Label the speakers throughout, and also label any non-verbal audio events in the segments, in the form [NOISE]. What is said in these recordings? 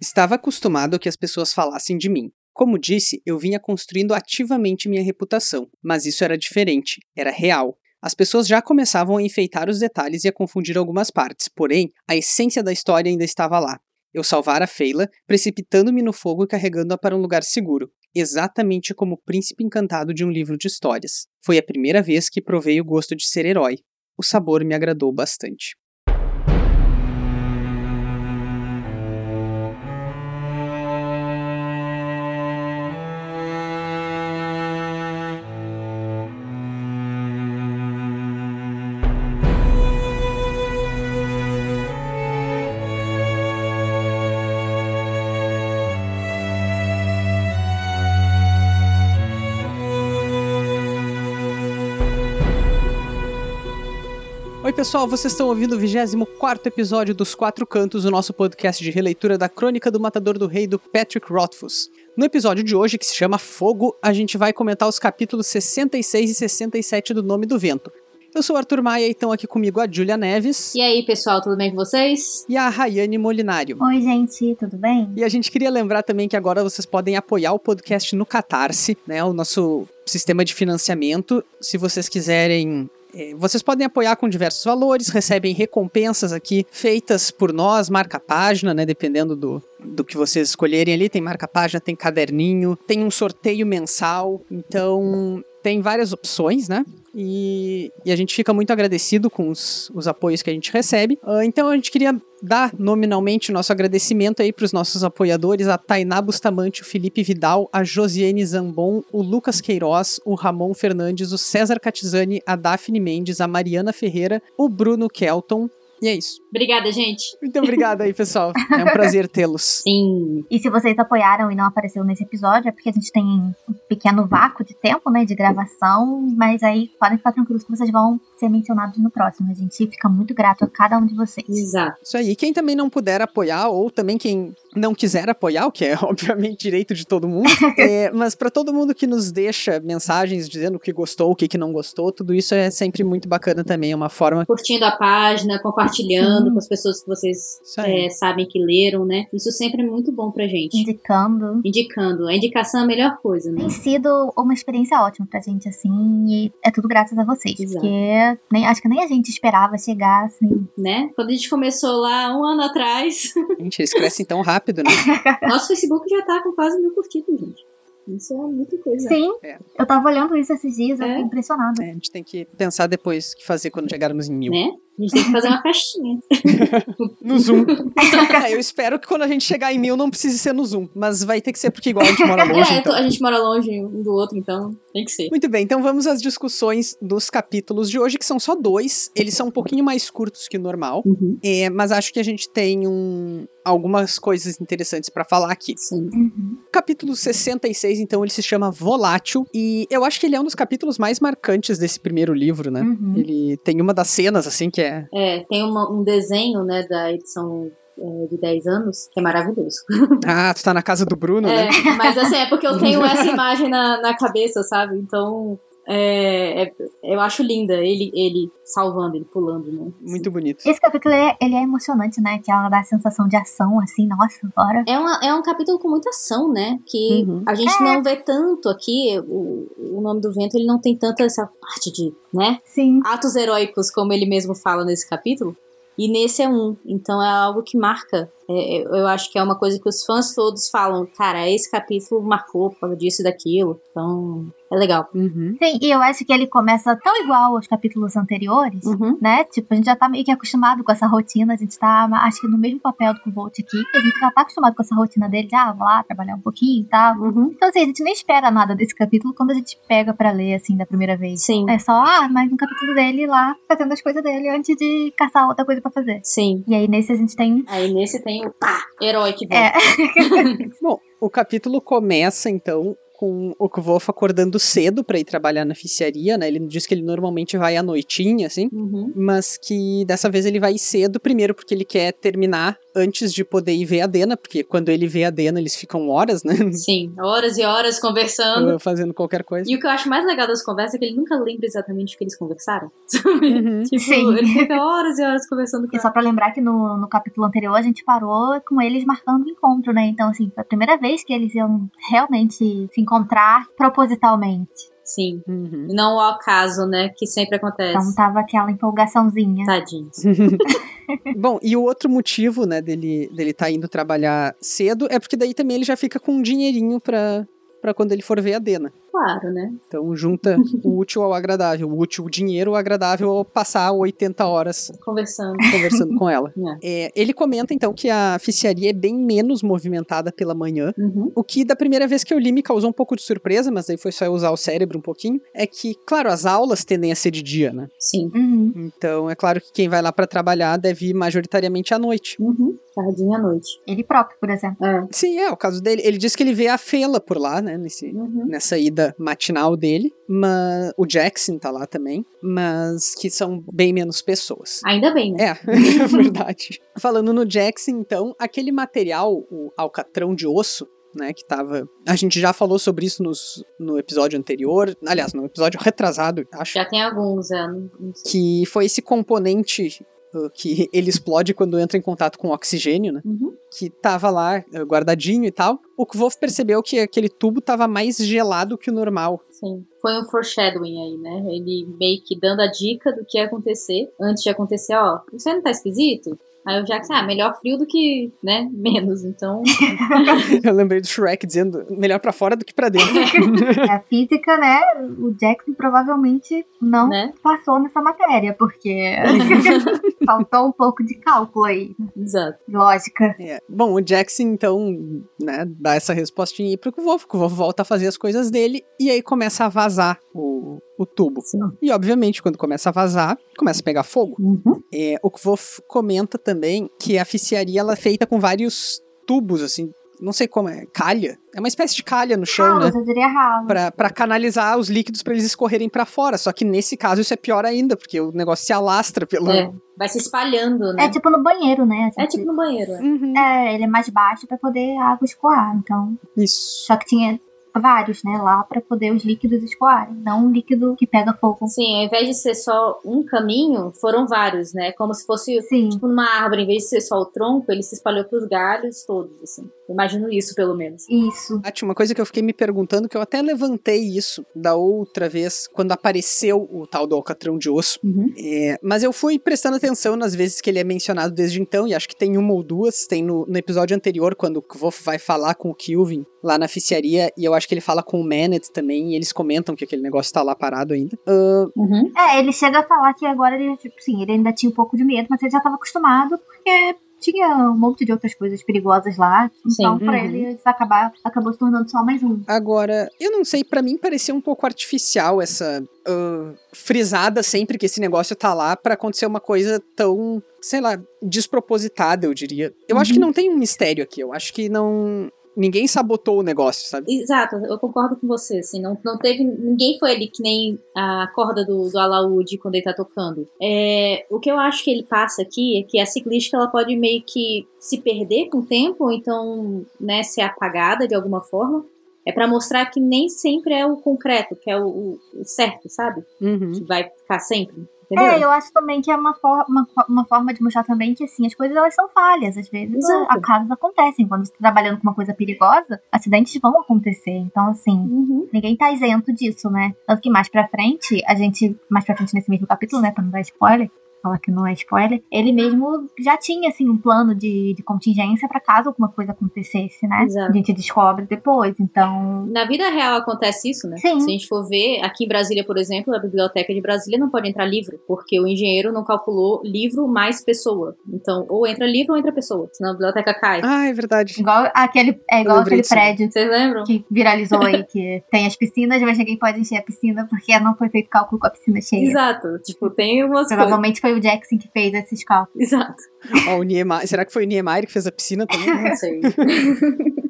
Speaker 1: Estava acostumado a que as pessoas falassem de mim. Como disse, eu vinha construindo ativamente minha reputação, mas isso era diferente, era real. As pessoas já começavam a enfeitar os detalhes e a confundir algumas partes, porém, a essência da história ainda estava lá. Eu salvara Feila, precipitando-me no fogo e carregando-a para um lugar seguro, exatamente como o príncipe encantado de um livro de histórias. Foi a primeira vez que provei o gosto de ser herói. O sabor me agradou bastante. Oi, pessoal, vocês estão ouvindo o 24 episódio dos Quatro Cantos, o nosso podcast de releitura da Crônica do Matador do Rei do Patrick Rothfuss. No episódio de hoje, que se chama Fogo, a gente vai comentar os capítulos 66 e 67 do Nome do Vento. Eu sou o Arthur Maia e estão aqui comigo a Julia Neves
Speaker 2: E aí, pessoal, tudo bem com vocês?
Speaker 1: e a Rayane Molinário.
Speaker 3: Oi, gente, tudo bem?
Speaker 1: E a gente queria lembrar também que agora vocês podem apoiar o podcast no Catarse, né? O nosso sistema de financiamento. Se vocês quiserem. eh, Vocês podem apoiar com diversos valores, recebem recompensas aqui feitas por nós, marca-página, né? Dependendo do, do que vocês escolherem ali. Tem marca-página, tem caderninho, tem um sorteio mensal. Então, tem várias opções, né? E, e a gente fica muito agradecido com os, os apoios que a gente recebe. Ah, então, a gente queria dar nominalmente o nosso agradecimento aí para os nossos apoiadores, a Tainá Bustamante, o Felipe Vidal, a Josiane Zambon, o Lucas Queiroz, o Ramon Fernandes, o César Catizani, a Daphne Mendes, a Mariana Ferreira, o Bruno Kelton. E é isso.
Speaker 2: Obrigada, gente.
Speaker 1: Muito obrigado aí, pessoal. [LAUGHS] É um prazer tê-los.
Speaker 2: Sim.
Speaker 3: E se vocês apoiaram e não apareceu nesse episódio, é porque a gente tem um pequeno vácuo de tempo, né, de gravação, mas aí podem ficar tranquilos que vocês vão ser mencionados no próximo. A gente fica muito grato a cada um de vocês.
Speaker 2: Exato.
Speaker 1: Isso aí. Quem também não puder apoiar, ou também quem não quiser apoiar, o que é [LAUGHS] obviamente direito de todo [LAUGHS] mundo, é, mas para todo mundo que nos deixa mensagens dizendo o que gostou, o que, que não gostou, tudo isso é sempre muito bacana também. É uma forma.
Speaker 2: Curtindo a página, compartilhando
Speaker 3: Sim.
Speaker 2: com as pessoas que vocês
Speaker 1: Isso aí.
Speaker 2: eh, sabem que leram, né? Isso sempre é muito bom pra gente.
Speaker 3: Indicando.
Speaker 2: Indicando. A indicação é a melhor coisa, né?
Speaker 3: Tem sido uma experiência ótima pra gente, assim, e é tudo graças a vocês.
Speaker 2: Exato.
Speaker 3: Porque nem, acho que nem a gente esperava chegar, assim.
Speaker 2: né? Quando a gente começou lá um ano atrás, [LAUGHS]
Speaker 1: Gente, eles crescem tão rápido, né?
Speaker 2: nosso Facebook já tá com quase mil curtidas, gente. Isso é muita coisa.
Speaker 3: Sim,
Speaker 1: É.
Speaker 3: eu tava olhando isso esses dias, eu
Speaker 2: É.
Speaker 3: fiquei impressionada.
Speaker 1: É, a gente tem que pensar depois o que fazer quando chegarmos em mil.
Speaker 2: Né? A gente tem que fazer uma caixinha.
Speaker 1: No Zoom. É, [LAUGHS] eu espero que quando a gente chegar em mil não precise ser no Zoom, mas vai ter que ser porque igual a gente mora longe.
Speaker 2: é,
Speaker 1: então.
Speaker 2: a gente mora longe um do outro, então tem que ser.
Speaker 1: Muito bem, então vamos às discussões dos capítulos de hoje, que são só dois. Eles são um pouquinho mais curtos que o normal,
Speaker 2: Uhum.
Speaker 1: é, mas acho que a gente tem um- algumas coisas interessantes pra falar aqui.
Speaker 2: Sim.
Speaker 3: Uhum.
Speaker 1: O capítulo 66, então, ele se chama Volátil, e eu acho que ele é um dos capítulos mais marcantes desse primeiro livro, né?
Speaker 3: Uhum.
Speaker 1: Ele tem uma das cenas, assim, que é
Speaker 2: É, tem uma- um desenho, né, da edição é, de 10 anos, que é maravilhoso.
Speaker 1: Ah, tu tá na casa do Bruno, né?
Speaker 2: [LAUGHS] É, mas assim, é porque eu tenho [LAUGHS] essa imagem na, na cabeça, sabe? Então, é, é- eu acho linda ele, ele salvando, ele pulando, né?
Speaker 1: Muito bonito.
Speaker 3: Esse capítulo, ele é, ele é emocionante, né? Que ela dá a sensação de ação, assim, nossa, bora.
Speaker 2: É, uma- é um capítulo com muita ação, né? Que
Speaker 1: Uhum.
Speaker 2: a gente
Speaker 3: É.
Speaker 2: não vê tanto aqui. O, o nome do vento, ele não tem tanta essa parte de, né?
Speaker 3: Sim.
Speaker 2: Atos heróicos, como ele mesmo fala nesse capítulo. E nesse é um. Então é algo que marca. É, eu eu acho que é uma coisa que os fãs todos falam. Cara, esse capítulo marcou por causa disso e daquilo. Então, é legal.
Speaker 1: Uhum.
Speaker 3: Sim, e eu acho que ele começa tão igual aos capítulos anteriores, né? Tipo, a gente já tá meio que acostumado com essa rotina, a gente tá, acho que no mesmo papel do que o Volt aqui, a gente já tá acostumado com essa rotina dele de, ah, vou lá trabalhar um pouquinho e tal.
Speaker 2: Uhum.
Speaker 3: Então, assim, a gente nem espera nada desse capítulo quando a gente pega pra ler, assim, da primeira vez.
Speaker 2: Sim.
Speaker 3: É só, ah, mais um capítulo dele lá, fazendo as coisas dele antes de caçar outra coisa pra fazer.
Speaker 2: Sim.
Speaker 3: E aí, nesse, a gente tem.
Speaker 2: Aí nesse tem o pá, herói que vem.
Speaker 3: É.
Speaker 1: Bom, o capítulo começa então com o Kvof acordando cedo pra ir trabalhar na ficiaria, né? Ele diz que ele normalmente vai à noitinha, assim,
Speaker 2: Uhum.
Speaker 1: mas que dessa vez ele vai cedo, primeiro porque ele quer terminar antes de poder ir ver a Dena, porque quando ele vê a Dena, eles ficam horas, né?
Speaker 2: Sim, horas e horas conversando.
Speaker 1: [LAUGHS] Fazendo qualquer
Speaker 3: É.
Speaker 1: coisa.
Speaker 2: E o que eu acho mais legal das conversas é que ele nunca lembra exatamente o que eles conversaram. [LAUGHS] Uhum. tipo,
Speaker 3: Sim.
Speaker 2: ele fica horas e horas conversando
Speaker 3: [LAUGHS]
Speaker 2: com
Speaker 3: E só pra lembrar que no, no capítulo anterior a gente parou com eles marcando o encontro, né? Então, assim, foi a primeira vez que eles iam realmente se encontrar propositalmente.
Speaker 2: Sim.
Speaker 1: Uhum.
Speaker 2: E não ao caso, né? Que sempre acontece.
Speaker 3: Então tava aquela empolgaçãozinha.
Speaker 2: Tadinhos.
Speaker 1: Bom, e o outro motivo, né, dele, dele tá indo trabalhar cedo é porque daí também ele já fica com um dinheirinho pra, pra quando ele for ver a Dena.
Speaker 2: Claro, né?
Speaker 1: Então junta o útil ao agradável. O útil, o dinheiro, o agradável ao passar 80 horas
Speaker 2: Conversando.
Speaker 1: conversando com ela.
Speaker 2: né?
Speaker 1: É, ele comenta, então, que a ficiaria é bem menos movimentada pela manhã.
Speaker 2: Uhum.
Speaker 1: O que da primeira vez que eu li me causou um pouco de surpresa, mas aí foi só eu usar o cérebro um pouquinho. É que, claro, as aulas tendem a ser de dia, né?
Speaker 2: Sim.
Speaker 3: Uhum.
Speaker 1: Então é claro que quem vai lá pra trabalhar deve ir majoritariamente à noite.
Speaker 2: Uhum. Tardinha à noite.
Speaker 3: Ele próprio, por exemplo.
Speaker 2: É.
Speaker 1: Sim, é o caso dele. Ele diz que ele vê a Fela por lá, né? Nesse,
Speaker 2: Uhum.
Speaker 1: nessa ida matinal dele. Mas o Jackson tá lá também. Mas que são bem menos pessoas.
Speaker 2: Ainda bem, né?
Speaker 1: É, [LAUGHS] é verdade. Falando no Jackson, então, aquele material, o alcatrão de osso, né, que tava. A gente já falou sobre isso nos, no episódio anterior. Aliás, no episódio retrasado, acho.
Speaker 2: Já tem alguns, é. não- não sei.
Speaker 1: Que foi esse componente uh, que ele explode quando entra em contato com oxigênio, né?
Speaker 2: Uhum.
Speaker 1: Que tava lá uh, guardadinho e tal. O Kvolf percebeu que aquele tubo tava mais gelado que o normal. [LAUGHS]
Speaker 2: Sim. Foi um foreshadowing aí, né? Ele meio que dando a dica do que ia acontecer. Antes de acontecer, ó, você não tá esquisito? Aí o Jackson, ah, melhor frio do que, né? [LAUGHS] Menos. Então,
Speaker 1: Eu lembrei do Shrek dizendo melhor pra fora do que pra dentro.
Speaker 2: [LAUGHS]
Speaker 3: A física, né? O Jackson provavelmente não
Speaker 2: né?
Speaker 3: passou nessa matéria, porque [LAUGHS] faltou um pouco de cálculo aí,
Speaker 2: Exato.
Speaker 3: lógica.
Speaker 1: É, Bom, o Jackson, então, né, dá essa respostinha aí pro Kvolf. O Kvolf volta a fazer as coisas dele e aí começa a vazar o, o tubo.
Speaker 2: Sim.
Speaker 1: E, obviamente, quando começa a vazar, começa a pegar fogo.
Speaker 2: Uhum.
Speaker 1: É, o Kvolf comenta também que a ficiaria ela é feita com vários tubos, assim, não sei como é, calha. É uma espécie de calha no chão, né?
Speaker 3: House, Ah, eu diria house.
Speaker 1: Pra, pra canalizar os líquidos pra eles escorrerem pra fora. Só que nesse caso isso é pior ainda, porque o negócio se alastra pelo.
Speaker 2: É. Vai se espalhando, né?
Speaker 3: É tipo no banheiro, né?
Speaker 2: É tipo no banheiro. é.
Speaker 1: Uhum.
Speaker 3: É, ele é mais baixo pra poder a água escoar, então.
Speaker 1: Isso.
Speaker 3: Só que tinha vários, né, lá pra poder os líquidos escoarem, não um líquido que pega fogo.
Speaker 2: Sim, ao invés de ser só um caminho, foram vários, né? Como se fosse
Speaker 3: Sim.
Speaker 2: tipo numa árvore, em vez de ser só o tronco, ele se espalhou pros galhos todos, assim. Imagino isso, pelo menos.
Speaker 3: Isso.
Speaker 1: Tati, uma coisa que eu fiquei me perguntando, que eu até levantei isso da outra vez, quando apareceu o tal do Alcatrão de Osso.
Speaker 2: Uhum.
Speaker 1: É, mas eu fui prestando atenção nas vezes que ele é mencionado desde então, e acho que tem uma ou duas. Tem no, no episódio anterior, quando o Kvof vai falar com o Kilvin lá na ficiaria, e eu acho que ele fala com o Manet também, e eles comentam que aquele negócio tá lá parado ainda.
Speaker 2: Uhum.
Speaker 3: É, ele chega a falar que agora ele, tipo, sim, ele ainda tinha um pouco de medo, mas ele já tava acostumado, porque tinha um monte de outras coisas perigosas lá. Então,
Speaker 2: Sim.
Speaker 3: pra
Speaker 1: Uhum.
Speaker 3: ele, isso acabar, acabou se tornando só mais um.
Speaker 1: Agora, eu não sei, pra mim parecia um pouco artificial essa ah, frisada sempre que esse negócio tá lá pra acontecer uma coisa tão, sei lá, despropositada, eu diria. Eu acho que não tem um mistério aqui, eu acho que não. Ninguém sabotou o negócio, sabe?
Speaker 2: Exato, eu concordo com você, assim, não, não teve, ninguém foi ali que nem a corda do, do alaúde quando ele tá tocando. É, o que eu acho que ele passa aqui é que a ciclística, ela pode meio que se perder com o tempo, ou então, né, ser apagada de alguma forma, é pra mostrar que nem sempre é o concreto, que é o, o- o certo, sabe? Que vai ficar sempre, entendeu?
Speaker 3: É, eu acho também que é uma, for uma, fo- uma forma de mostrar também que, assim, as coisas elas são falhas. Às vezes,
Speaker 2: Exato.
Speaker 3: acasos acontecem. Quando você tá trabalhando com uma coisa perigosa, acidentes vão acontecer. Então, assim,
Speaker 2: Uhum.
Speaker 3: ninguém tá isento disso, né? Tanto que mais pra frente, a gente, mais pra frente nesse mesmo capítulo, né, pra não dar spoiler, falar que não é spoiler, ele mesmo já tinha, assim, um plano de, de contingência pra caso alguma coisa acontecesse, né?
Speaker 2: Exato.
Speaker 3: A gente descobre depois, então...
Speaker 2: Na vida real acontece isso, né?
Speaker 3: Sim.
Speaker 2: Se a gente for ver, aqui em Brasília, por exemplo, a biblioteca de Brasília não pode entrar livro, porque o engenheiro não calculou livro mais pessoa. Então, ou entra livro ou entra pessoa, senão a biblioteca cai.
Speaker 1: Ah, é verdade.
Speaker 3: Igual aquele, é igual
Speaker 1: lembrei
Speaker 3: aquele
Speaker 1: disso.
Speaker 3: prédio
Speaker 2: Vocês lembram?
Speaker 3: que viralizou aí, que tem as piscinas, mas ninguém pode encher a piscina porque não foi feito cálculo com a piscina cheia.
Speaker 2: Exato. Tipo, tem umas coisas.
Speaker 3: Provavelmente foi o Jackson que fez esses
Speaker 1: [LAUGHS]
Speaker 3: cálculos.
Speaker 2: Exato. [LAUGHS]
Speaker 1: Ó, o Niemeyer, será que foi o Niemeyer que fez a piscina também?
Speaker 2: Não sei.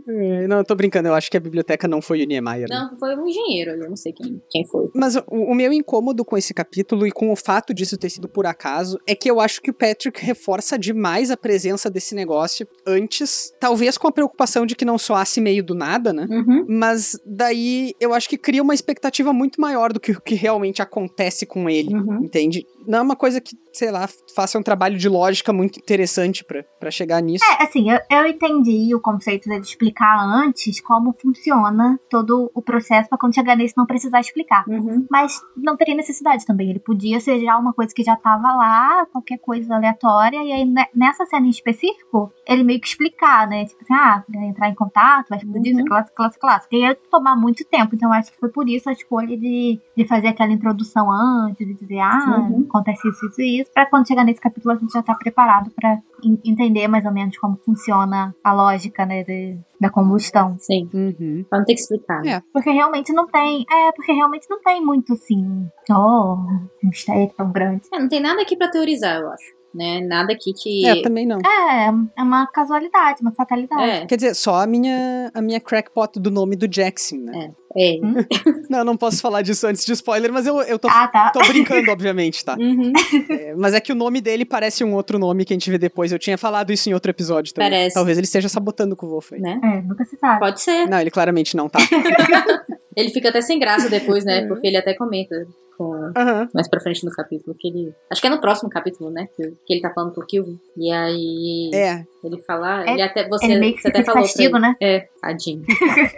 Speaker 1: É, Não, eu tô brincando, eu acho que a biblioteca não foi o Niemeyer. né?
Speaker 2: Não, foi um engenheiro ali, eu não sei quem, quem foi.
Speaker 1: Mas o, o meu incômodo com esse capítulo e com o fato disso ter sido por acaso é que eu acho que o Patrick reforça demais a presença desse negócio antes, talvez com a preocupação de que não soasse meio do nada, né?
Speaker 2: Uhum.
Speaker 1: Mas daí eu acho que cria uma expectativa muito maior do que o que realmente acontece com ele,
Speaker 2: Uhum.
Speaker 1: entende? Não é uma coisa que, sei lá, faça um trabalho de lógica muito interessante pra pra chegar nisso.
Speaker 3: É, assim, eu, eu entendi o conceito dele explicar antes como funciona todo o processo pra quando chegar nesse não precisar explicar.
Speaker 2: Uhum.
Speaker 3: Mas não teria necessidade também. Ele podia ser já uma coisa que já tava lá, qualquer coisa aleatória. E aí, ne- nessa cena em específico, ele meio que explicar, né? Tipo assim, ah, vai entrar em contato, vai explodir,
Speaker 2: Uhum.
Speaker 3: isso, classe, classe, classe. Porque ia tomar muito tempo. Então, acho que foi por isso a escolha de, de fazer aquela introdução antes, de dizer, ah,
Speaker 2: Uhum.
Speaker 3: acontece isso, isso e isso. Pra quando chegar nesse capítulo, a gente já tá preparado pra en- entender mais ou menos como funciona a lógica, né? de- da combustão.
Speaker 2: Sim,
Speaker 1: Uhum.
Speaker 2: pra não ter que explicar. né?
Speaker 1: É.
Speaker 3: Porque realmente não tem. É, porque realmente não tem muito assim. Oh, um mistério tão grande.
Speaker 2: É, não tem nada aqui pra teorizar, eu acho. Né? Nada aqui que.
Speaker 1: É, também não.
Speaker 3: É, é uma casualidade, uma fatalidade.
Speaker 2: É,
Speaker 1: Quer dizer, só a minha, a minha crackpot do nome do Jackson, né?
Speaker 2: é.
Speaker 1: Não, eu não posso falar disso antes de spoiler, mas eu, eu tô,
Speaker 3: Ah, tá.
Speaker 1: tô brincando, obviamente,
Speaker 2: [LAUGHS]
Speaker 1: tá?
Speaker 2: Uhum.
Speaker 1: É, mas é que o nome dele parece um outro nome que a gente vê depois. Eu tinha falado isso em outro episódio também.
Speaker 2: Parece.
Speaker 1: Talvez ele esteja sabotando com o Wolf aí.
Speaker 2: Né?
Speaker 3: É, nunca se sabe.
Speaker 2: Pode ser.
Speaker 1: Não, ele claramente não tá.
Speaker 2: Ele fica até sem graça
Speaker 1: [LAUGHS]
Speaker 2: depois,
Speaker 1: É.
Speaker 2: né? Porque ele até comenta com-
Speaker 1: Aham.
Speaker 2: mais pra frente no capítulo que ele. Acho que é no próximo capítulo, né? Que, que ele tá falando pro Kilvin. E aí
Speaker 1: É.
Speaker 2: ele fala.
Speaker 3: É,
Speaker 2: Ele até. Você,
Speaker 3: Ele meio que
Speaker 2: você
Speaker 3: fica
Speaker 2: até
Speaker 3: de
Speaker 2: falou. pra
Speaker 3: castigo,
Speaker 2: ele.
Speaker 3: né?
Speaker 2: É,
Speaker 3: [LAUGHS]
Speaker 2: tadinho.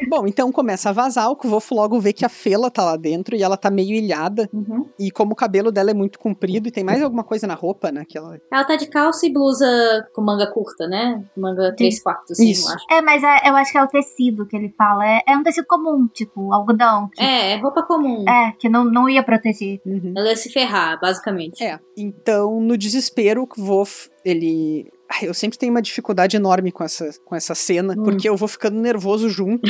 Speaker 1: Bom, então começa a vazar. O Kvof logo vê que a Fela tá lá dentro e ela tá meio ilhada.
Speaker 2: Uhum.
Speaker 1: E como o cabelo dela é muito comprido e tem mais alguma coisa na roupa, né? Que ela...
Speaker 2: Ela tá de calça e blusa com manga curta, né? Manga três quartos, assim,
Speaker 1: Isso.
Speaker 2: eu acho.
Speaker 3: É, mas é- eu acho que é o tecido que ele fala. É, é um tecido comum, tipo, algodão. Que,
Speaker 2: É, é roupa comum.
Speaker 3: é, que não, não ia proteger.
Speaker 1: Uhum.
Speaker 2: Ela ia se ferrar, basicamente.
Speaker 1: É, então no desespero o Kvof, ele... Ai, eu sempre tenho uma dificuldade enorme com essa, com essa cena,
Speaker 2: Hum.
Speaker 1: porque eu vou ficando nervoso junto.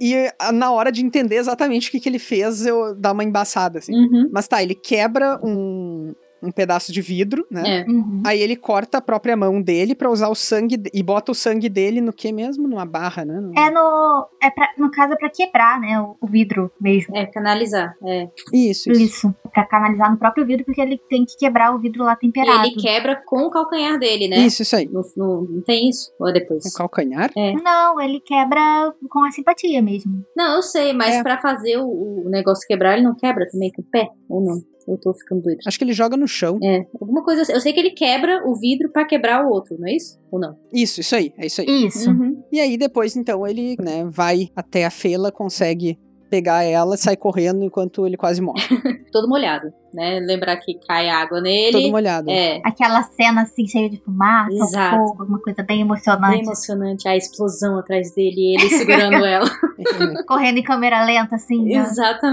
Speaker 1: e ah, na hora de entender exatamente o que, que ele fez, eu dá uma embaçada, assim.
Speaker 2: Uhum.
Speaker 1: Mas tá, ele quebra um, um pedaço de vidro, né?
Speaker 2: É.
Speaker 3: Uhum.
Speaker 1: Aí ele corta a própria mão dele pra usar o sangue de- e bota o sangue dele no que mesmo? Numa barra, né? No-
Speaker 3: É no. É pra, no caso, é pra quebrar, né? O, o vidro mesmo.
Speaker 2: É, canalizar. É.
Speaker 1: Isso, isso.
Speaker 3: Isso. Pra canalizar no próprio vidro, porque ele tem que quebrar o vidro lá
Speaker 2: E
Speaker 3: temperado.
Speaker 2: ele quebra com o calcanhar dele, né?
Speaker 1: Isso, isso aí.
Speaker 2: No, no- não tem isso? Ou é depois?
Speaker 1: O calcanhar?
Speaker 3: Não, ele quebra com a simpatia mesmo.
Speaker 2: Não, eu sei, mas
Speaker 1: É.
Speaker 2: pra fazer o, o negócio quebrar, ele não quebra também com o pé? Ou não? Eu tô ficando doida.
Speaker 1: Acho que ele joga no chão.
Speaker 2: É, alguma coisa assim. Eu sei que ele quebra o vidro pra quebrar o outro, não é isso? Ou não?
Speaker 1: Isso, isso aí. É isso aí.
Speaker 3: Isso.
Speaker 2: Uhum.
Speaker 1: E aí depois, então, ele né, vai até a Fela, consegue pegar ela, sai correndo enquanto ele quase morre.
Speaker 2: Todo molhado, né? Lembrar que cai água
Speaker 1: Todo
Speaker 2: nele.
Speaker 1: molhado.
Speaker 2: É,
Speaker 3: Aquela cena assim, cheia de fumaça,
Speaker 2: Exato.
Speaker 3: fogo, uma coisa bem
Speaker 2: bem
Speaker 3: emocionante.
Speaker 2: emocionante. A explosão atrás dele, ele segurando ela.
Speaker 3: Correndo em câmera lenta, assim. né?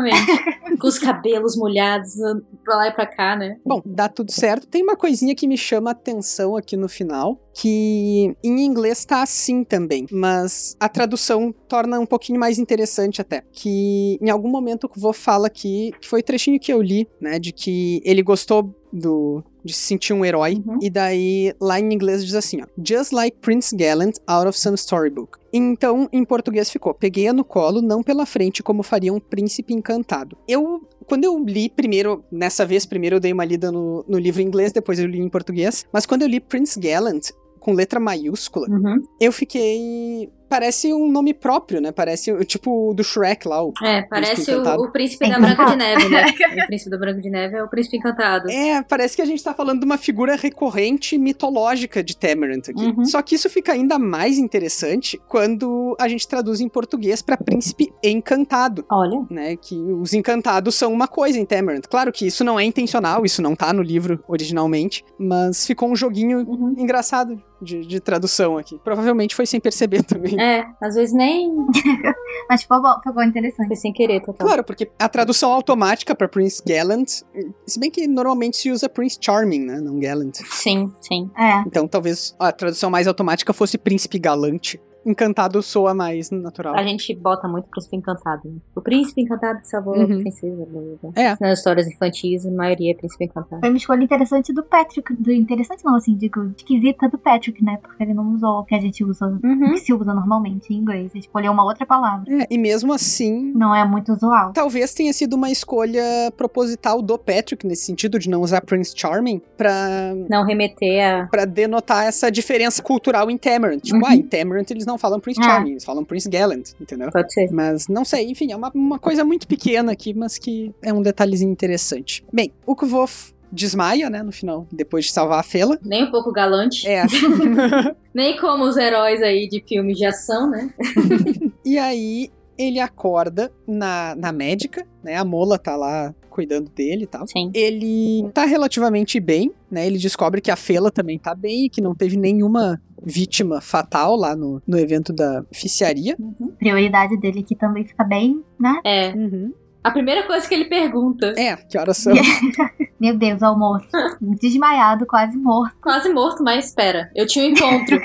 Speaker 2: Exatamente. com os cabelos molhados pra lá e pra cá, né?
Speaker 1: [LAUGHS] Bom, dá tudo certo. Tem uma coisinha que me chama a atenção aqui no final, que em inglês tá assim também, mas a tradução torna um pouquinho mais interessante até. Que em algum momento o Vô fala que, que foi o trechinho que eu li, né, de que ele gostou do de se sentir um herói.
Speaker 2: Uhum.
Speaker 1: E daí, lá em inglês diz assim, ó. Just like Prince Gallant out of some storybook. Então, em português ficou. Peguei-a no colo, não pela frente, como faria um príncipe encantado. Eu quando eu li primeiro, nessa vez, primeiro eu dei uma lida no, no livro em inglês, depois eu li em português. Mas quando eu li Prince Gallant, com letra maiúscula,
Speaker 2: Uhum.
Speaker 1: eu fiquei. Parece um nome próprio, né? Parece o- tipo o do Shrek lá. O...
Speaker 2: É, parece o,
Speaker 1: Encantado.
Speaker 2: o príncipe da Branca de Neve, né? O príncipe da Branca de Neve é o príncipe encantado.
Speaker 1: É, parece que a gente tá falando de uma figura recorrente mitológica de Tamerant aqui.
Speaker 2: Uhum.
Speaker 1: Só que isso fica ainda mais interessante quando a gente traduz em português pra príncipe encantado.
Speaker 2: Olha.
Speaker 1: né, Que os encantados são uma coisa em Tamerant. Claro que isso não é intencional, isso não tá no livro originalmente, mas ficou um joguinho
Speaker 2: Uhum.
Speaker 1: engraçado de, de tradução aqui. Provavelmente foi sem perceber [LAUGHS] também.
Speaker 2: É, às vezes nem
Speaker 3: Mas ficou bom, ficou interessante.
Speaker 2: foi sem querer, total.
Speaker 1: Claro, porque a tradução automática pra Prince Gallant, se bem que normalmente se usa Prince Charming, né, não Gallant.
Speaker 2: Sim, sim.
Speaker 3: É.
Speaker 1: Então talvez a tradução mais automática fosse Príncipe Galante. encantado soa mais natural. É,
Speaker 2: A gente bota muito o príncipe encantado. Né? O príncipe encantado salvou
Speaker 1: Uhum.
Speaker 2: a princesa. blá, blá, blá.
Speaker 1: É.
Speaker 2: Nas histórias infantis, a maioria é príncipe encantado.
Speaker 3: Foi uma escolha interessante do Patrick. Do, interessante não, assim, digo, esquisita do Patrick, né? Porque ele não usou o que a gente usa, o
Speaker 2: Uhum.
Speaker 3: que se usa normalmente em inglês. Ele escolheu uma outra palavra.
Speaker 1: É, e mesmo assim,
Speaker 3: Não é muito usual.
Speaker 1: talvez tenha sido uma escolha proposital do Patrick, nesse sentido de não usar Prince Charming, pra,
Speaker 2: Não remeter a
Speaker 1: pra denotar essa diferença cultural em Tamarind. Tipo,
Speaker 2: Uhum.
Speaker 1: ah, em Tamarind eles não falam Prince
Speaker 3: É.
Speaker 1: Charming, eles falam Prince Gallant, entendeu?
Speaker 2: Pode ser.
Speaker 1: Mas não sei, enfim, é uma, uma coisa muito pequena aqui, mas que é um detalhezinho interessante. Bem, o Kvof desmaia, né, no final, depois de salvar a Fela.
Speaker 2: Nem um pouco galante.
Speaker 1: É,
Speaker 2: Nem como os heróis aí de filmes de ação, né?
Speaker 1: E aí ele acorda na, na médica, né? A mola tá lá cuidando dele e tal.
Speaker 2: Sim.
Speaker 1: Ele tá relativamente bem, né? Ele descobre que a Fela também tá bem e que não teve nenhuma vítima fatal lá no, no evento da oficiaria.
Speaker 3: A prioridade dele aqui também fica bem, né?
Speaker 2: É. A primeira coisa que ele pergunta,
Speaker 1: É, que horas
Speaker 2: [LAUGHS]
Speaker 1: são?
Speaker 3: Meu Deus, o almoço. Desmaiado, quase morto.
Speaker 2: quase morto, mas espera, eu tinha um
Speaker 1: [LAUGHS]
Speaker 2: encontro.